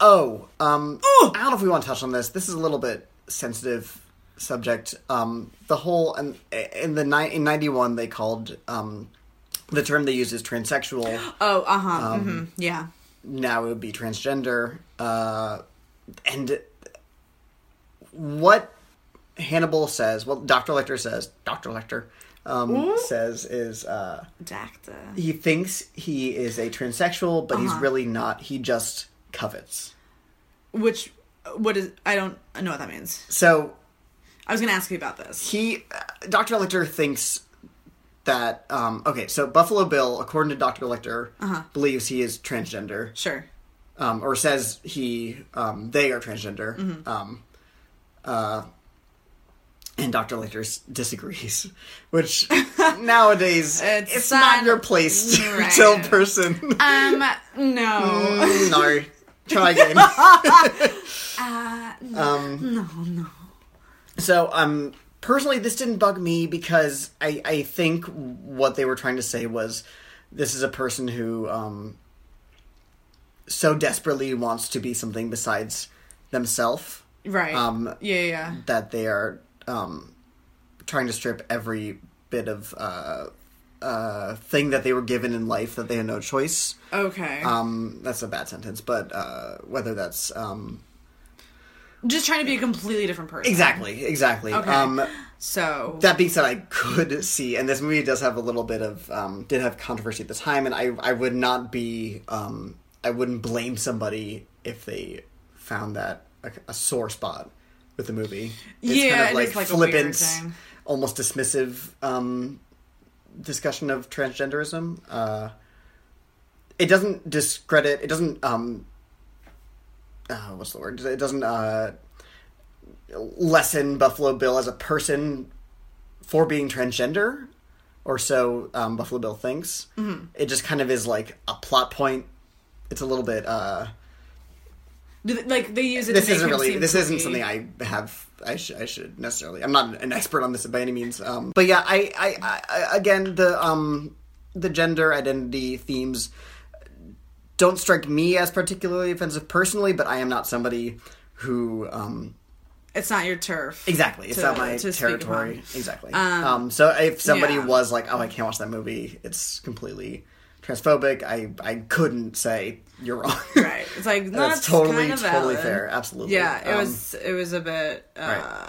oh um, I don't know if we want to touch on this. This is a little bit sensitive subject. Um, the whole and in the ni- in ninety one they called um, the term they use is transsexual.
Oh, uh huh.
um,
hmm Yeah.
Now it would be transgender. Uh, and what Hannibal says, well, Dr. Lecter says, Dr. Lecter um, says is uh,
Dacta.
he thinks he is a transsexual, but he's really not. He just covets.
Which, what is, I don't know what that means.
So
I was going to ask you about this.
he uh, Dr. Lecter thinks that um okay, so Buffalo Bill, according to Dr. Lecter, believes he is transgender.
Sure.
Um or says he um they are transgender.
Mm-hmm.
Um uh and Dr. Lecter s- disagrees, which nowadays
It's
it's, not
not-
your place to
Right.
tell a person.
Um, no.
Mm, no, try again.
Uh,
Um,
No, no.
So, um, personally, this didn't bug me because I, I think what they were trying to say was this is a person who, um, so desperately wants to be something besides themselves
Right.
Um,
yeah, yeah, yeah.
that they are, um, trying to strip every bit of, uh, uh, thing that they were given in life that they had no choice.
Okay.
Um, that's a bad sentence, but, uh, whether that's, um,
Just trying to be a completely different person.
exactly, exactly.
Okay.
Um,
So.
That being said, I could see, and this movie does have a little bit of um, did have controversy at the time, and I I would not be um, I wouldn't blame somebody if they found that a, a sore spot with the movie. It's
Yeah, it is, like, a weird thing.
almost dismissive um, discussion of transgenderism. Uh, it doesn't discredit. It doesn't. Um, uh, what's the word? It doesn't uh, lessen Buffalo Bill as a person for being transgender, or so um, Buffalo Bill thinks.
Mm-hmm.
It just kind of is like a plot point. It's a little bit. Uh,
do they- like, they use it
this
to make
isn't
him
really.
seem
This isn't
creepy.
something I have. I should. I should necessarily. I'm not an expert on this by any means. Um, but yeah, I, I, I. Again, the um, the gender identity themes don't strike me as particularly offensive personally. But I am not somebody who um
It's not your turf.
Exactly. It's
to-
not my
to speak
territory.
upon.
Exactly. Um, so if somebody
yeah.
was like, "Oh, I can't watch that movie. It's completely transphobic," I I couldn't say you're wrong.
Right. It's like no,
That's
it's
totally
kind of
totally
valid.
fair. Absolutely.
Yeah, it
Um,
was it was a bit uh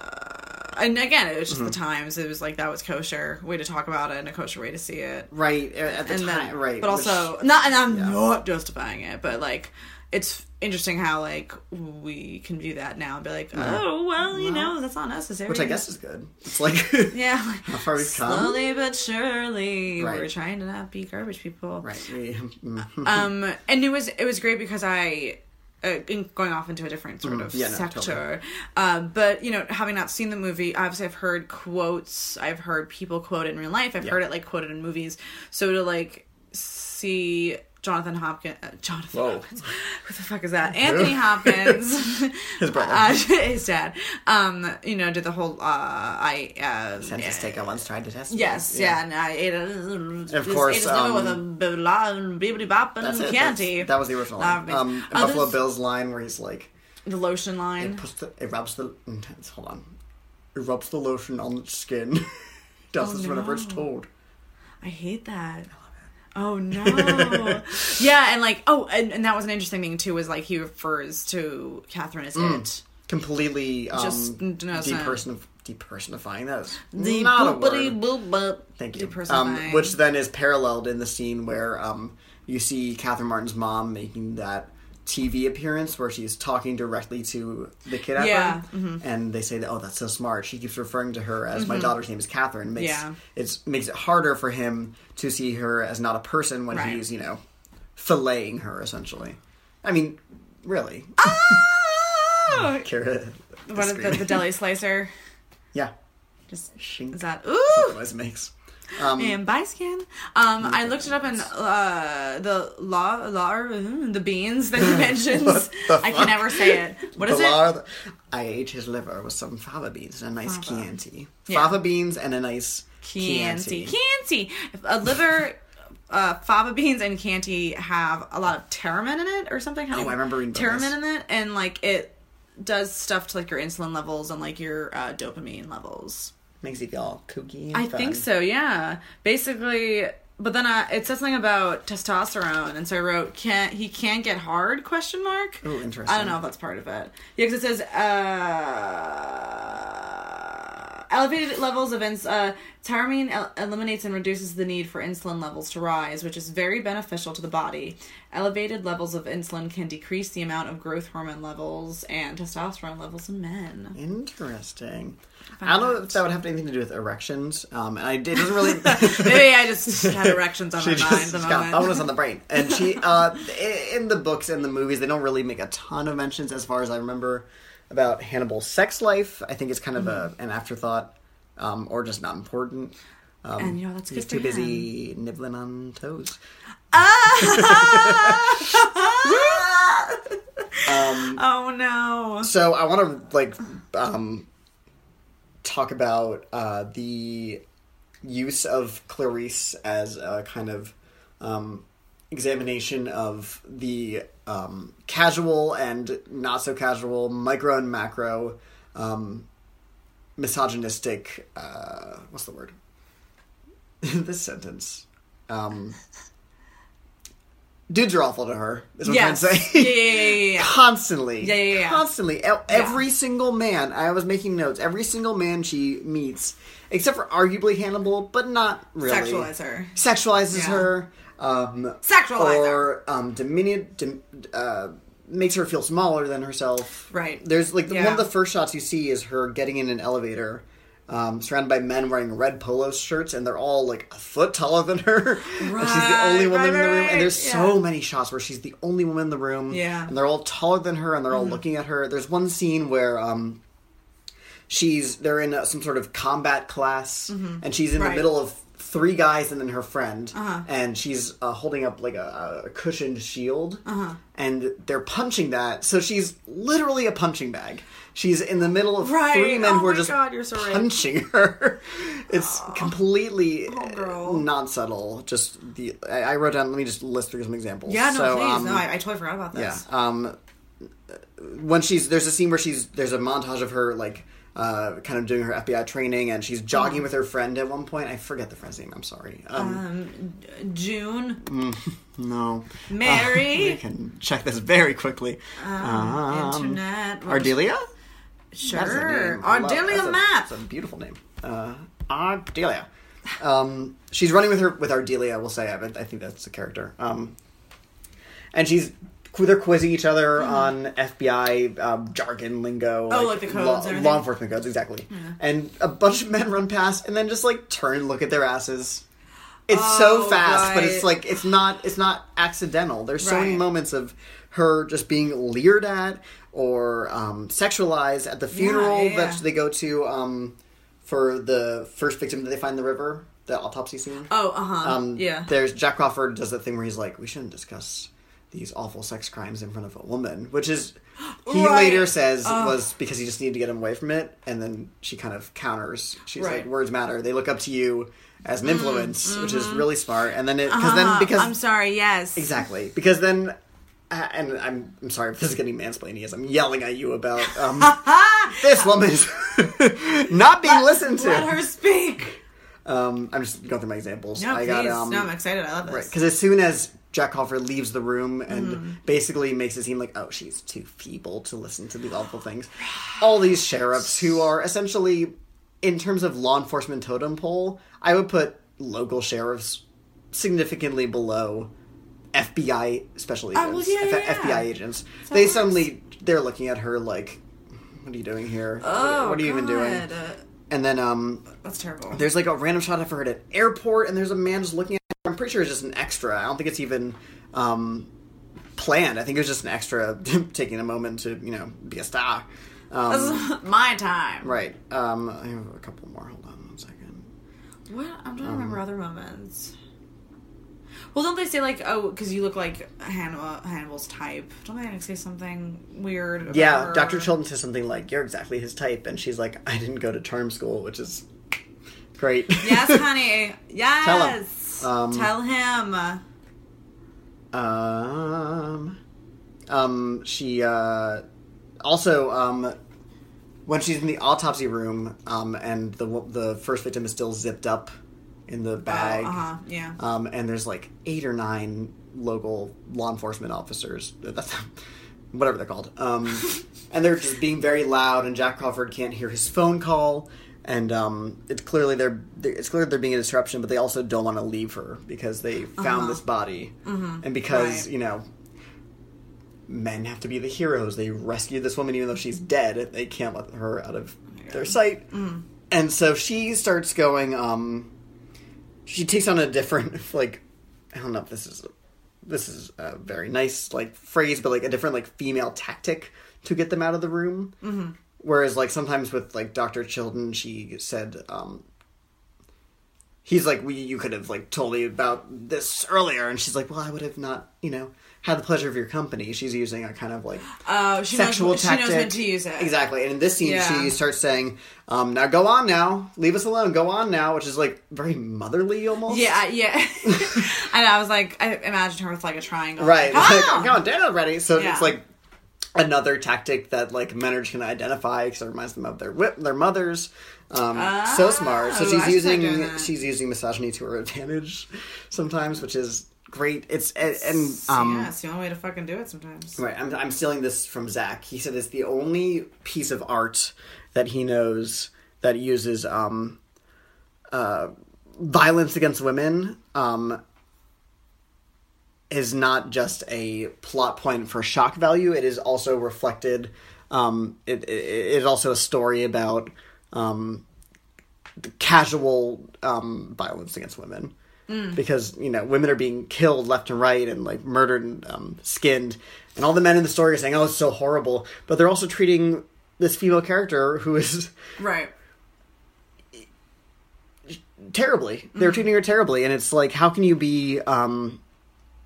and again it was just
Mm-hmm.
the times. It was like that was kosher way to talk about it and a kosher way to see it.
right at the
And
time.
then
right,
But
which-
also not and I'm not justifying it, but like it's interesting how like we can view that now and be like, Oh well, you know, that's not necessary.
which I guess is good. It's like
Yeah. How
far we've come.
Slowly but surely.
Right.
We're trying to not be garbage people.
right. we- mhm.
um and it was it was great because i uh, in- going off into a different sort of
Mm, yeah, no,
sector
totally.
um, but you know having not seen the movie obviously i've heard quotes i've heard people quote it in real life i've heard it like quoted in movies so to like see jonathan hopkins uh, jonathan
Whoa.
hopkins who the fuck is that anthony hopkins
His brother.
uh, his dad um you know did the whole uh i uh
Census taker once tried to test. me.
Yes, yeah. and I ate a,
of course,
ate a um, with a
um,
blah, bibbidi bop and
That's it.
Chianti.
That's- that was the original
That
line.
makes-
Um,
Oh,
Buffalo
this-
Bill's line where he's like,
the lotion line.
Puts the, it rubs the. mm, Hold on. It rubs the lotion on its skin.
Oh,
Does this whenever it's told.
I hate that. Oh no! yeah, and like oh, and, and that was an interesting thing too. Was like he refers to Catherine as
Mm.
it.
Completely um,
Just n- no, it's not.
depersonif- depersonifying. That is
The
not a
boopity
word.
boop boop.
Thank you.
Depersonifying.
Um, which then is paralleled in the scene where um, you see Catherine Martin's mom making that TV appearance where she's talking directly to the kidnapper.
Yeah, mm-hmm.
And they say that, oh, that's so smart. She keeps referring to her as my daughter's name is Catherine. Makes,
Yeah.
It's makes it harder for him to see her as not a person when
Right.
he's, you know, filleting her essentially. I mean, really.
Oh,
Kara.
Ah! what is the, the deli slicer?
yeah.
Just
Shink.
is that ooh.
Noise makes. Um,
and by skin. Um, I looked it up in uh, the law, law, hmm, the beans that he mentions.
What the
I can
fuck?
never say it. What is it?
Ballard- I ate his liver with some fava beans and a nice Chianti.
Yeah.
Fava beans and a nice
Chianti.
Chianti.
Chianti. If A liver, uh, fava beans, and Chianti have a lot of teramin in it or something.
Oh, I remember reading
teramin
about this.
in it, and like it does stuff to like your insulin levels and like your uh, dopamine levels.
Makes you feel all kooky. and
I
fun.
think so. Yeah. Basically, but then uh, it said something about testosterone, and so I wrote, "Can't he can't get hard?" Question mark.
Ooh, interesting.
I don't know if that's part of it. Yeah, because it says uh, elevated levels of ins- uh, tyramine el- eliminates and reduces the need for insulin levels to rise, which is very beneficial to the body. Elevated levels of insulin can decrease the amount of growth hormone levels and testosterone levels in men.
Interesting. I don't know if that would have anything to do with erections. Um, and I it doesn't really.
Maybe I just had erections on
she
my
just
mind. at The
got
moment.
bonus on the brain. And she, uh, i- in the books and the movies, they don't really make a ton of mentions, as far as I remember, about Hannibal's sex life. I think it's kind of a,
Mm-hmm.
an afterthought, um, or just not important. Um,
And, you know, that's
he's
good
too
for
busy nibbling on toes.
Ah!
Um,
oh no.
So I want to like um, talk about uh, the use of Clarice as a kind of um, examination of the um, casual and not so casual, micro and macro, um, misogynistic. Uh, what's the word? this sentence. Um, dudes are awful to her. Is what
Yes.
I'm trying to say.
Yeah, yeah, yeah, yeah, yeah.
constantly
Yeah, yeah, yeah.
constantly E- every single man i was making notes every single man she meets except for arguably hannibal but not really
Sexualize her.
sexualizes
Yeah.
her um
Sexualize
or um diminutive dim, uh makes her feel smaller than herself
Right.
there's like the, one
Yeah.
of the first shots you see is her getting in an elevator um, surrounded by men wearing red polo shirts, and they're all like a foot taller than her. and she's the only
Right,
woman in the
right,
room,
right,
and there's
yeah.
so many shots where she's the only woman in the room.
Yeah. Mm-hmm.
And they're all taller than her and they're all looking at her. There's one scene where um she's they're in uh some sort of combat class and she's in
Mm-hmm.
the
Right. Uh-huh.
middle of three guys and then her friend and she's uh, holding up like a, a cushioned shield
Uh-huh.
and they're punching that so she's literally a punching bag she's in the middle of
Right.
three men
Oh
who are
my
just
God, you're so right.
punching her it's completely uh,
girl.
not subtle just the I, I wrote down let me just list through some examples
Yeah, no,
so,
please.
um,
no, I, I totally forgot about this.
yeah. Um, when she's there's a scene where she's there's a montage of her like uh, kind of doing her FBI training and she's jogging
Mm.
with her friend at one point. I forget the friend's name. I'm sorry. Um,
Um, June,
no. Uh, We
Mary, Uh,
can check this very quickly. Um,
Internet,
Ardelia. That's a
sure,
name. I love- that's
Ardelia
a-
Map.
That's a beautiful name. Uh, Ardelia. Um, she's running with her with Ardelia. We'll say I, but I think that's the character. Um, and she's they're quizzing each other on FBI um, jargon lingo.
Mm-hmm. Oh, like the codes
law-
and everything?
law enforcement codes, exactly. And a bunch of men run past and then just like turn and look at their asses. It's so
Oh,
fast, but
right.
it's like it's not it's not accidental. There's so many
Right.
moments of her just being leered at or um, sexualized at the funeral
yeah,
that
yeah.
they go to um, for the first victim that they find in the river, the autopsy scene.
Oh, uh huh.
Um,
yeah.
There's Jack Crawford does that thing where he's like, we shouldn't discuss these awful sex crimes in front of a woman, which is he
Right.
later says was because he just needed to get him away from it, and then she kind of counters. She's like,
Right. Mm,
words matter. They look up to you as an influence, which
mm-hmm.
is really smart. And then it because then
Uh,
because
I'm sorry. Yes.
Exactly, because then, uh, and I'm I'm sorry if this is getting mansplaining as I'm yelling at you about um, this woman is not being listened
Let
to.
her speak.
Um, I'm just going through my examples.
No,
I
please.
got um,
no, I'm excited. I love this.
right because as soon as Jack Crawford leaves the room and
Mm-hmm.
basically makes it seem like oh she's too feeble to listen to these awful things, all these sheriffs who are essentially, in terms of law enforcement totem pole, I would put local sheriffs significantly below FBI special agents,
Oh, well, yeah,
F-
yeah, yeah.
FBI agents.
how
they
it works.
suddenly they're looking at her like, what are you doing here? What-
Oh,
what are you even doing?
God. Uh,
And then um,
That's terrible.
there's like a random shot I've heard at an airport, and there's a man just looking at. Her. I'm pretty sure it's just an extra. I don't think it's even um, planned. I think it was just an extra taking a moment to you know be a star.
This
Um,
is my time.
right. Um, I have a couple more. Hold on one second.
What? I'm trying
Um,
to remember other moments. Well, don't they say like, oh, because you look like Hannibal, Hannibal's type? Don't they like, say something weird? About
Yeah,
her?
Dr. Chilton says something like, "You're exactly his type," and she's like, "I didn't go to charm school," which is great.
Yes, honey. Yes.
Um,
Tell him. Oh,
Um, um, she uh, also um, when she's in the autopsy room, um, and the wo- the first victim is still zipped up in the bag.
uh-huh, yeah.
Um, and there's like eight or nine local law enforcement officers. That's whatever they're called. Um, and they're just being very loud, and Jack Crawford can't hear his phone call. And um, it's clearly they're, they're it's clear they're being a disruption, but they also don't want to leave her because they found this body, and because
Right.
you know men have to be the heroes. They rescued this woman even though she's dead. They can't let her out of their sight. And so she starts going um she takes on a different like I don't know if this is this is a very nice like phrase but like a different like female tactic to get them out of the room. Mm-hmm. Whereas like sometimes with like Dr. Chilton she said um he's like, we, you could have like told me about this earlier, and she's like, well, I would have not, you know, had the pleasure of your company. She's using a kind of like
Uh, she
sexual
knows,
tactic.
She knows when to use it.
Exactly, and in this scene,
Yeah.
she starts saying, um, "Now go on, now leave us alone, go on now," which is like very motherly almost.
Yeah, yeah. and I was like, I imagined her with like a triangle.
Right.
Like,
Like,
"Ah!"
come on, dead already. So
Yeah.
it's like another tactic that like men are just gonna identify because it reminds them of their whip, their mothers. Um, so smart. So
Oh, I
she's
should
using
start doing that.
she's using misogyny to her advantage sometimes, which is great. It's and, and um.
yeah, it's the only way to fucking do it sometimes.
Right, I'm, I'm stealing this from Zach. He said it's the only piece of art that he knows that uses um, uh, violence against women um, is not just a plot point for shock value. It is also reflected. Um, it, it, it is also a story about um, the casual um, violence against women. Because you know women are being killed left and right and like murdered and um, skinned, and all the men in the story are saying, "Oh, it's so horrible," but they're also treating this female character who is
Right.
terribly. They're treating her terribly, and it's like, how can you be? Um,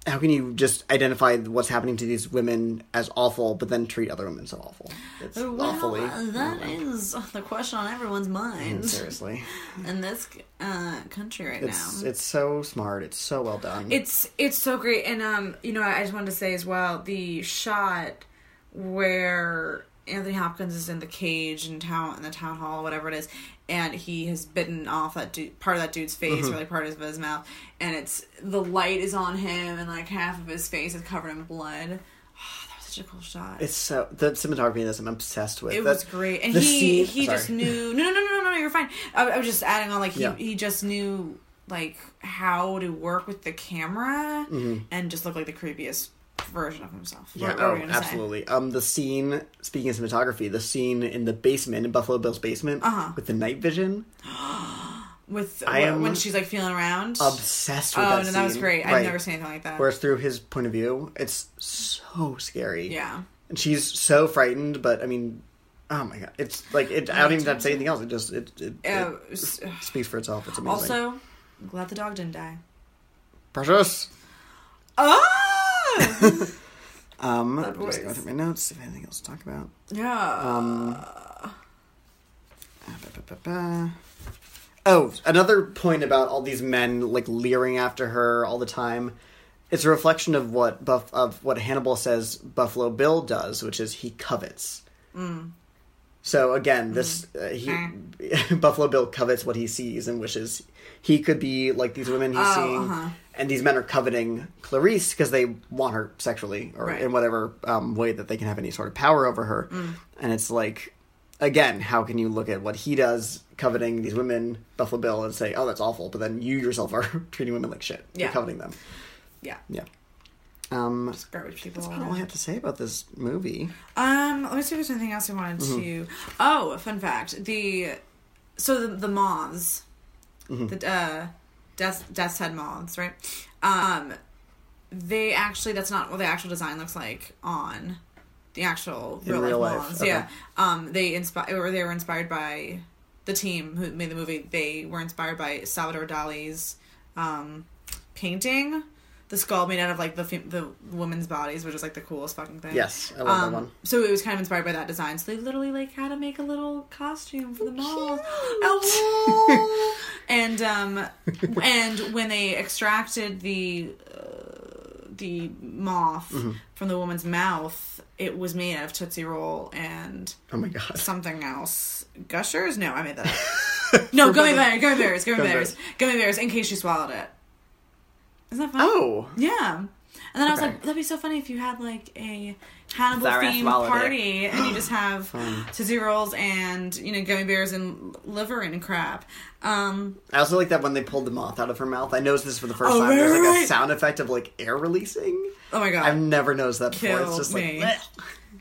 how can you just identify what's happening to these women as awful, but then treat other women so awful? It's awfully
that is the question on everyone's mind
seriously.
in this uh, country right
It's
now.
it's so smart. It's so well done.
It's it's so great, and um, you know, I just wanted to say as well the shot where Anthony Hopkins is in the cage in town in the town hall, whatever it is, and he has bitten off that dude, part of that dude's face or like part of his mouth, and it's the light is on him, and like half of his face is covered in blood. Ah, that was such a cool shot.
It's so the cinematography in this I'm obsessed with.
It
That-
was great, and
the
he
scene-
he
sorry.
just knew. No, no, no, no, no, no. You're fine. I, I was just adding on, like he
Yeah.
he just knew like how to work with the camera and just look like the creepiest version of himself.
Mm-hmm. Yeah,
What- what were
oh,
you gonna say?
absolutely. Um, the scene. Speaking of cinematography, the scene in the basement in Buffalo Bill's basement
Uh-huh.
with the night vision.
With
I
wh-
am
when she's like feeling around.
Obsessed with
oh
that.
no, that was
scene.
great. I've
Right.
never seen anything like that.
Whereas through his point of view, it's so scary.
yeah,
And she's so frightened, but I mean, oh my god, it's like it, I don't even have to say anything else. It just it, it, it
Uh, s-
speaks for itself. It's amazing.
also, I'm glad the dog didn't die.
precious.
Oh,
Um, I'm
voice.
just going through my notes. See if anything else to talk about.
yeah.
Um, ba-ba-ba-ba. Oh, another point about all these men like leering after her all the time. It's a reflection of what Buff of what Hannibal says Buffalo Bill does, which is he covets. So again, this uh, he Buffalo Bill covets what he sees and wishes he could be like these women he's seeing, and these men are coveting Clarice because they want her sexually or
Right.
in whatever um, way that they can have any sort of power over her.
Mm.
And it's like, again, how can you look at what he does coveting these women, Buffalo Bill, and say, oh, that's awful, but then you yourself are treating women like shit. You're
Yeah.
coveting them.
yeah.
Yeah. Um, that's
Just garbage people.
about all I have to say about this movie.
Um, let me see if there's anything else I wanted
Mm-hmm.
to. Oh, fun fact: the so the, the moths,
Mm-hmm.
the uh, death death's head moths, right? Um, they actually that's not what the actual design looks like on the actual real,
real
life,
life,
moths.
okay.
Yeah, um, they inspired or they were inspired by the team who made the movie. They were inspired by Salvador Dali's um, painting. The skull made out of like the fem- the woman's bodies, which is like the coolest fucking thing. Um,
Yes, I love that one.
So it was kind of inspired by that design. So they literally like had to make a little costume for the mall. Oh. and um, and when they extracted the uh, the moth
Mm-hmm.
from the woman's mouth, it was made out of tootsie roll and
Oh my god.
something else. Gushers? No, I made that up. No,
For
gummy
better-
bears, gummy bears, gummy
Gummy
bears, gummy bears. In case you swallowed it. Isn't that funny?
Oh.
Yeah. And then I was
Okay.
like, that'd be so funny if you had like a Hannibal
Zara
themed
swallowed it.
party and you just have Tootsie Rolls and, you know, gummy bears and liver and crap. Um,
I also like that when they pulled the moth out of her mouth. I noticed this for the first
Oh,
time.
right,
There's like
right,
a
right.
sound effect of like air releasing.
oh my God.
I've never noticed that before.
Kill
it's just
me.
like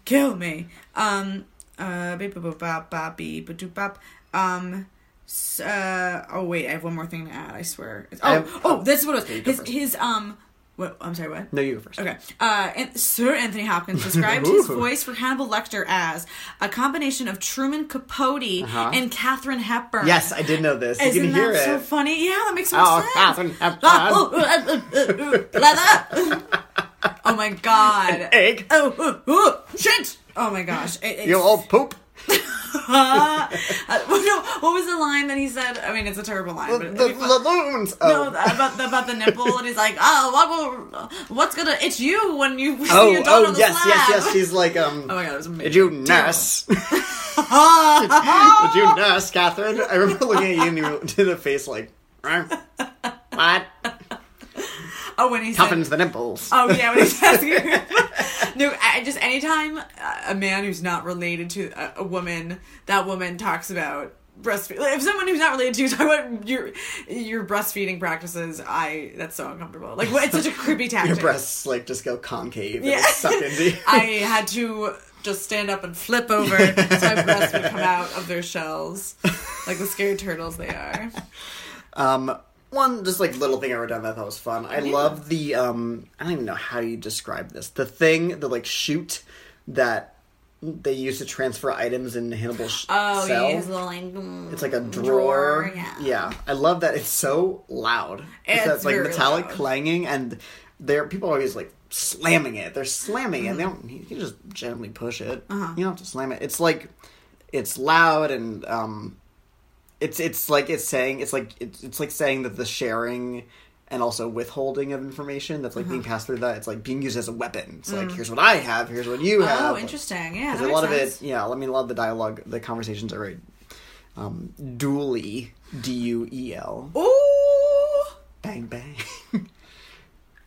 Kill me. Um, uh, beep, boop, boop, bop, bop, beep, boop, doop, bop. Um, s- uh, oh wait, I have one more thing to add, I swear. It's- Oh,
I have-
oh, this is what it was.
you go
His,
first.
his, um, what, I'm sorry, what?
no, you go first.
Okay. Uh, and Sir Anthony Hopkins described his
Ooh.
voice for Hannibal Lecter as a combination of Truman Capote
Uh-huh.
and Katherine Hepburn.
Yes, I did know this. you
Isn't
can hear
that
it.
so funny? Yeah, that makes so much
oh,
sense.
Catherine Hepburn.
Ah, ooh, ooh, uh, uh, uh, leather. oh my god.
egg.
Oh, ooh, ooh, shit. Oh my gosh. It, it's,
You old poop.
uh, uh, well, no, what was the line that he said? I mean, it's a terrible line.
The
but it'd be fun.
loons.
No,
Oh.
about the, about the nipple, and he's like, "Oh, what will, what's gonna? It's you when you see
Oh,
your dog on
oh,
the
yes, yes,
slab."
yes. She's like, um,
Oh my god, that was amazing.
did you nurse? did
Ah!
you nurse, Catherine? I remember looking at you and you did a face like, "Rah, what?
oh, when he said,
Toughens the nipples.
oh yeah, when he's asking her. no, I just anytime uh, a man who's not related to a, a woman, that woman talks about breastfeeding. Like, if someone who's not related to you talk about your your breastfeeding practices, I that's so uncomfortable. Like, what- it's such a creepy tactic.
Your breasts like just go concave and
Yeah.
like, suck into you.
I had to just stand up and flip over so my breasts would come out of their shells, like the scared turtles they are.
Um, one just like little thing I wrote down that I thought was fun. I love the um, I don't even know how you describe this. The thing, the like chute that they use to transfer items in Hannibal's
Oh,
cell.
yeah, his
little like, mm,
It's like a drawer.
Drawer, yeah.
I love that. It's so loud.
It's
It's, that, like
very
metallic
loud.
clanging, and there people are always like slamming it. They're slamming it. They don't. You can just gently push it.
Uh-huh.
You don't have to slam it. It's like it's loud and um, it's it's like it's saying it's like it's it's like saying that the sharing. And also withholding of information that's like
Uh-huh.
being passed through that it's like being used as a weapon. So like, here's what I have, here's what you have.
Mm. Oh,
like,
interesting. Yeah, that
because a
makes
lot
sense.
of it, yeah, I mean, a lot of the dialogue, the conversations are very um, dually, D U E L,
Ooh,
bang bang.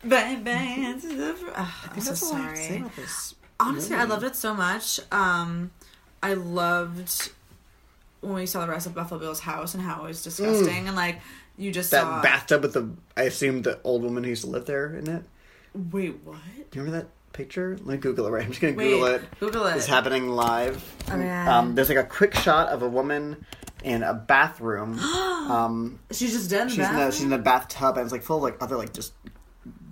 bang bang. Ah, it's the- Ugh, I'm so
That's all I have to say
sorry.
about this.
Honestly, I loved it so much. Um, I loved when we saw the rest of Buffalo Bill's house and how it was disgusting and like you just
Mm. That
saw.
bathtub with the, I assume the old woman who used to live there in it.
Wait, what?
Do you remember that picture? Let me Google it. Right, I'm just gonna
Wait,
Google it.
Google it. Oh,
It's happening live.
Okay.
Um, there's like a quick shot of a woman in a bathroom. um,
She's just dead in the
she's in a,
bathroom?
she's in a bathtub and it's like full of like other like just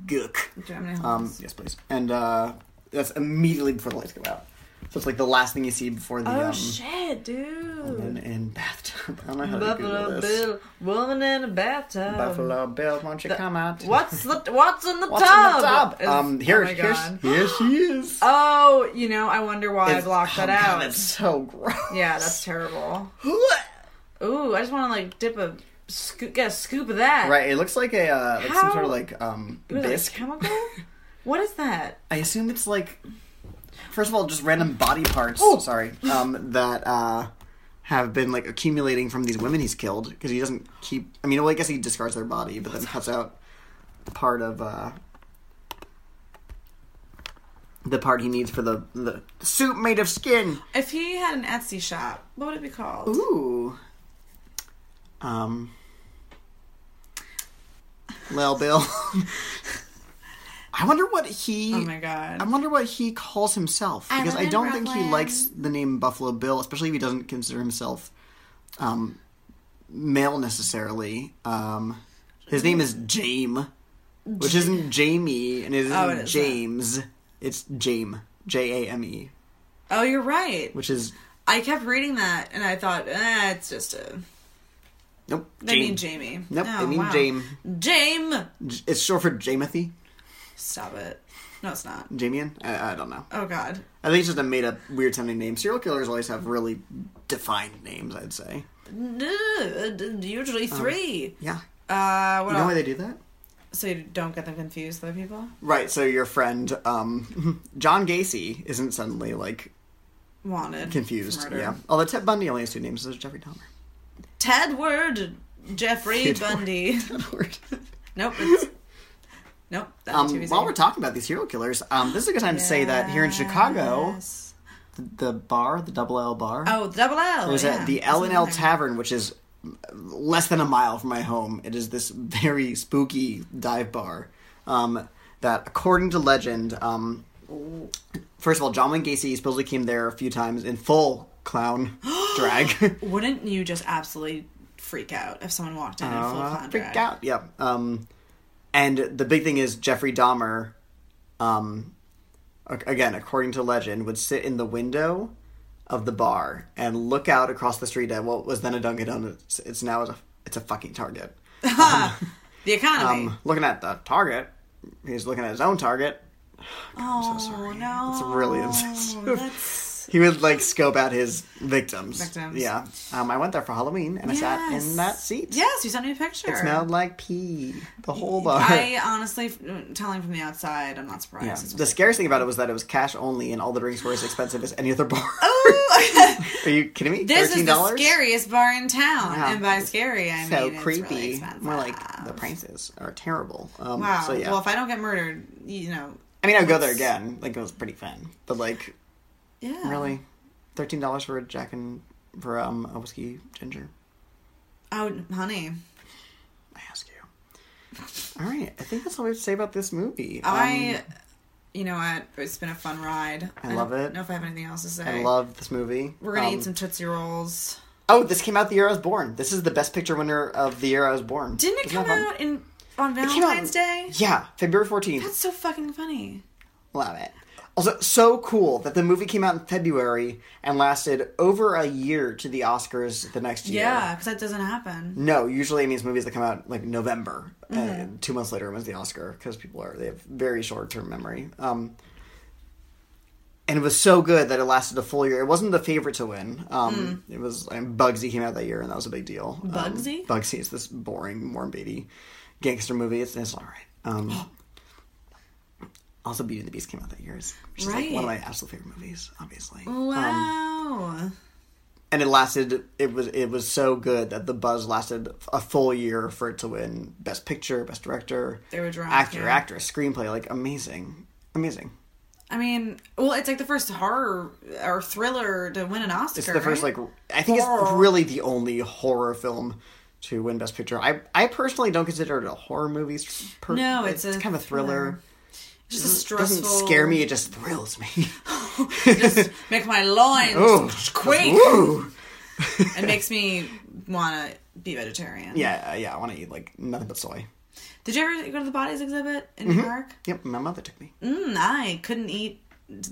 gook.
Okay, I'm gonna hold
Um,
this.
yes, please. And uh, that's immediately before the lights go out. So it's like the last thing you see before the
Oh
um,
shit, dude!
woman in bathtub. I don't know how to Oh, Google
Buffalo
this.
Bill, woman in a bathtub.
Buffalo Bill, won't you come out?
What's the what's in the
What's
tub?
in the tub?
Is-
Um, here,
oh my
here,
God.
here she is.
Oh, you know, I wonder why I
It's-
blocked that
oh,
out.
God, That's so gross.
Yeah, that's terrible. Ooh, I just want to like dip a scoop, get a scoop of that.
right. It looks like a uh, like
How-
some sort of like um
Ooh, is that
bisque.
chemical? what is that?
I assume it's like, first of all, just random body parts.
Oh.
Sorry, um, that uh, have been like accumulating from these women he's killed because he doesn't keep. I mean, well, I guess he discards their body, but then cuts out part of uh, the part he needs for the the suit made of skin.
If he had an Etsy shop, what would it be called?
Ooh. Um. Lil Bill. I wonder what he.
Oh my god.
I wonder what he calls himself
I
because
live
I
in
don't think he
Brooklyn.
likes the name Buffalo Bill, especially if he doesn't consider himself um, male necessarily. Um, his name is Jame, which isn't Jamie, and it isn't
Oh, it is
James. It's Jame, J A M E,
oh, you're right.
which is
I kept reading that and I thought, eh, it's just a.
nope.
They mean
Jame.
Jamie.
Nope,
oh,
they mean
wow.
Jame.
Jame.
J- It's short for Jamothy,
Stop it. No, it's not.
Jamian. I, I don't know.
Oh God.
I think it's just a made up, weird sounding name. Serial killers always have really defined names. I'd say.
Usually three.
Yeah.
Uh, what
Um, You know why
else?
they do that?
So you don't get them confused with other people?
Right, so your friend um, John Gacy isn't suddenly like
Wanted.
confused.
Murder.
Yeah, although Ted Bundy only has two names. So there's Jeffrey Dahmer.
Tedward Jeffrey
Tedward.
Bundy.
Good word.
Nope. It's, nope. That's too
Um,
easy.
while we're talking about these hero killers, um, this is a good time to say that here in Chicago,
Yes.
the bar, the Double L bar,
Oh, the double L.
there's
yeah.
a, the L and L Tavern, which is less than a mile from my home. It is this very spooky dive bar um, that, according to legend, um, first of all, John Wayne Gacy supposedly came there a few times in full clown drag.
Wouldn't you just absolutely freak out if someone walked in in full clown
Uh, freak
drag?
out. Yeah. Um, and the big thing is Jeffrey Dahmer, um, a- again according to legend, would sit in the window of the bar and look out across the street at what was then a Dunkin' Donuts. It's now a it's a fucking Target.
The economy.
Um, looking at the Target, he's looking at his own Target.
Oh no.
It's really insensitive.
That's
He would like scope out his victims.
Victims.
Yeah. Um, I went there for Halloween and I sat in
Yes.
that seat.
yes, you sent me a picture.
It smelled like pee. The whole bar.
I honestly, f- telling from the outside, I'm not surprised.
Yeah.
It's
The scariest thing about it was that it was cash only, and all the drinks were as expensive as any other bar.
Ooh!
Are you kidding me?
Oh, this
Thirteen
is the
dollars.
scariest bar in town,
Wow.
and by scary, I
So
mean it's really
creepy.
expensive.
More like the prices are terrible. Um,
wow.
So yeah.
Well, if I don't get murdered, you know,
I mean, I'd go there
let's-
again. Like it was pretty fun, but like
yeah,
really, thirteen dollars for a Jack and for um a whiskey ginger.
Oh, honey,
Um, I ask you. All right, I think that's all we have to say about this movie.
I,
Um,
you know what? It's been a fun ride.
I love
don't
it.
know if I have anything else to say.
I love this movie.
We're gonna
Um,
eat some tootsie rolls.
Oh, this came out the year I was born. This is the best picture winner of the year I was born.
Didn't it
Isn't that
come
fun?
out in on
It came out-
Valentine's Day?
Yeah, February fourteenth.
That's so fucking funny.
Love it. Also, so cool that the movie came out in February and lasted over a year to the Oscars the next year.
Yeah, because that doesn't happen.
No, usually it means movies that come out like November,
Mm-hmm.
and two months later wins the Oscar because people are they have very short term memory. Um, and it was so good that it lasted a full year. It wasn't the favorite to win. Um, It was and Bugsy came out that year, and that was a big deal. Um,
Mm. Bugsy?
Bugsy is this boring Warren Beatty gangster movie. It's, it's all right. Um, also, Beauty and the Beast came out that year, which is like one of my
Right.
absolute favorite movies, obviously
Wow.
and it lasted it was it was so good that the buzz lasted a full year for it to win best picture best director
They were drunk,
actor
yeah.
actress screenplay like amazing amazing
I mean, well, it's like the first horror or thriller to win an Oscar.
it's the first
right?
like i think it's
Horror.
really the only horror film to win best picture i i personally don't consider it a horror movie s- per,
No, it's a
kind of a thriller
just a
it doesn't
stressful.
scare me it just thrills me
Just make my loins
Ooh.
quake.
Oh. Ooh.
It makes me want to be vegetarian.
yeah uh, yeah i want to eat like nothing but soy
Did you ever go to the bodies exhibit in
Mm-hmm.
New York?
yep my mother took me
Mm, I couldn't eat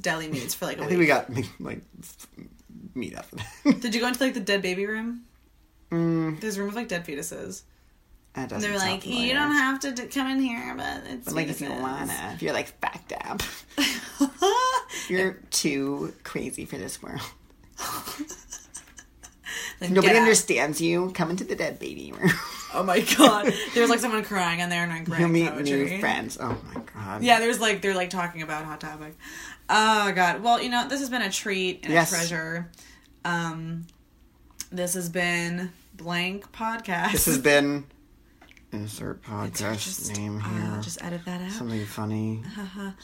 deli meats for like a
i
week.
think we got like f- meat after that
Did you go into like the dead baby room? Mm. There's a room with like dead fetuses.
That
And they're
doesn't sound
like,
familiar.
you don't have to d- come in here, but it's
But, like if you
fetuses."
wanna, if you're like backed up, you're too crazy for this world.
Then
Nobody
get out.
understands you. Come into the dead baby room.
Oh my god. There's like someone crying in there and I'm
You'll
crying.
meet
poetry.
new friends. Oh my god.
Yeah, there's like they're like talking about hot topic. Oh god. Well, you know, this has been a treat and
Yes.
a treasure. Um this has been blank podcast.
This has been insert podcast
just,
name here.
uh, just edit that out.
something funny.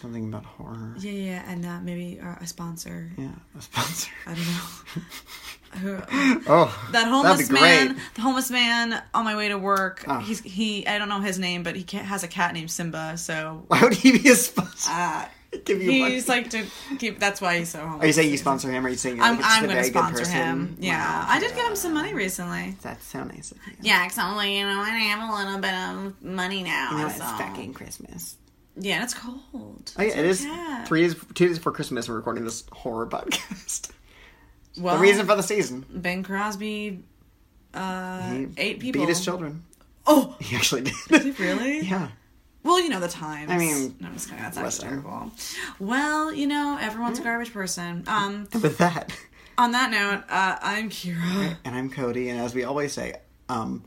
something about horror.
yeah, yeah, yeah, and uh, maybe uh, a sponsor.
Yeah, a sponsor.
I don't know.
Oh,
that
that'd
homeless
be great.
man, the homeless man on my way to work.
Ah.
He's he. I don't know his name, but he ca has a cat named Simba. So
Why would he be a sponsor?
uh,
Give you money.
he's like to keep. That's why he's so homeless.
Are you saying you sponsor him? Or are you saying you're
I'm,
like,
I'm
a
going to
very good
sponsor
person?
him. Yeah,
Wow.
I did get him some money recently.
That's so nice of you.
yeah. Cause I'm like, you know, I have a little bit of money now.
Now it's
so.
fucking Christmas.
Yeah, and it's cold.
Oh, yeah, it is
okay.
three days, two days before Christmas. We're recording this horror podcast.
Well,
the reason for the season.
Ben Crosby uh,
He
ate people.
Beat his children.
Oh,
He actually did.
really?
yeah.
Well, you know the times.
I mean,
no, I'm just kidding. That's actually
Western.
terrible. Well, you know,
Mm.
everyone's a garbage person. Um,
And with that,
on that note, uh, I'm Kira.
and I'm Cody, and as we always say, um,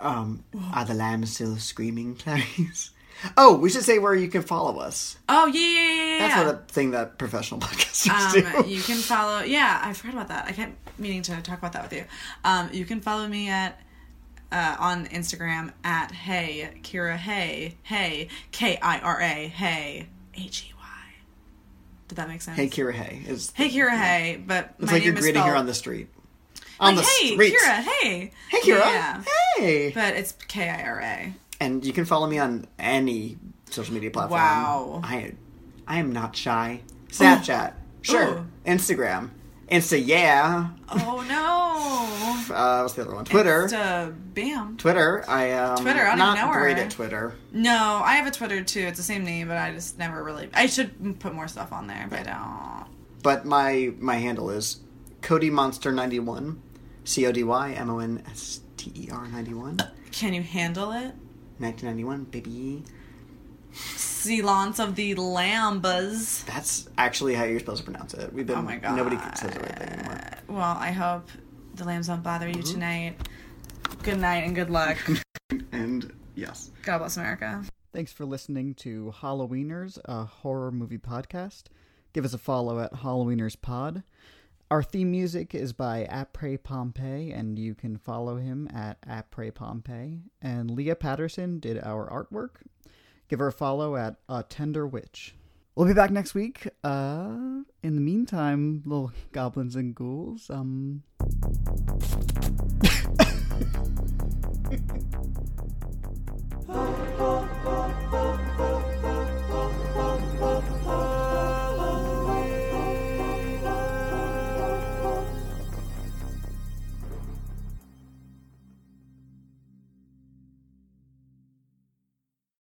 um, are the lambs still screaming, Clarice? Oh, we should say where you can follow us.
Oh yeah, yeah, yeah, yeah.
That's
yeah.
not a thing that professional podcasters
Um,
do.
you can follow. Yeah, I forgot about that. I kept meaning to talk about that with you. Um, you can follow me at uh, on Instagram at Hey Kira Hey Hey K I R A Hey H E Y. Did that make sense?
Hey, Kira. Hey, it's,
Hey Kira Hey, but
it's
my
like
name
you're
is
greeting
spelled,
her on the street.
like,
on the
Hey
street.
Kira Hey
Hey, Kira.
Yeah,
Hey.
but it's K I R A.
And you can follow me on any social media platform.
Wow. Oh.
I, I am not shy. Snapchat. Sure.
Ooh.
Instagram. Insta. Yeah.
Oh no.
Uh, what's the other one? Twitter.
Insta, bam.
Twitter. I um,
Twitter, I don't even
not
know her.
great at Twitter.
No, I have a Twitter too. It's the same name, but I just never really. I should put more stuff on there, but I
but my my handle is Cody Monster ninety one, C O D Y M O N S T E R ninety one,
don't. uh, Can you handle it?
nineteen ninety one baby.
Ceylons of the Lambas.
That's actually how you're supposed to pronounce it. We've been
Oh my God.
nobody says it right thing anymore.
Well, I hope the lambs don't bother you tonight. Good night and good luck.
And yes.
God bless America.
Thanks for listening to Halloweeners, a horror movie podcast. Give us a follow at Halloweeners Pod. Our theme music is by Apre Pompey, and you can follow him at Apre Pompey. And Leah Patterson did our artwork. Give her a follow at A Tender Witch. We'll be back next week. Uh, in the meantime, little goblins and ghouls, um,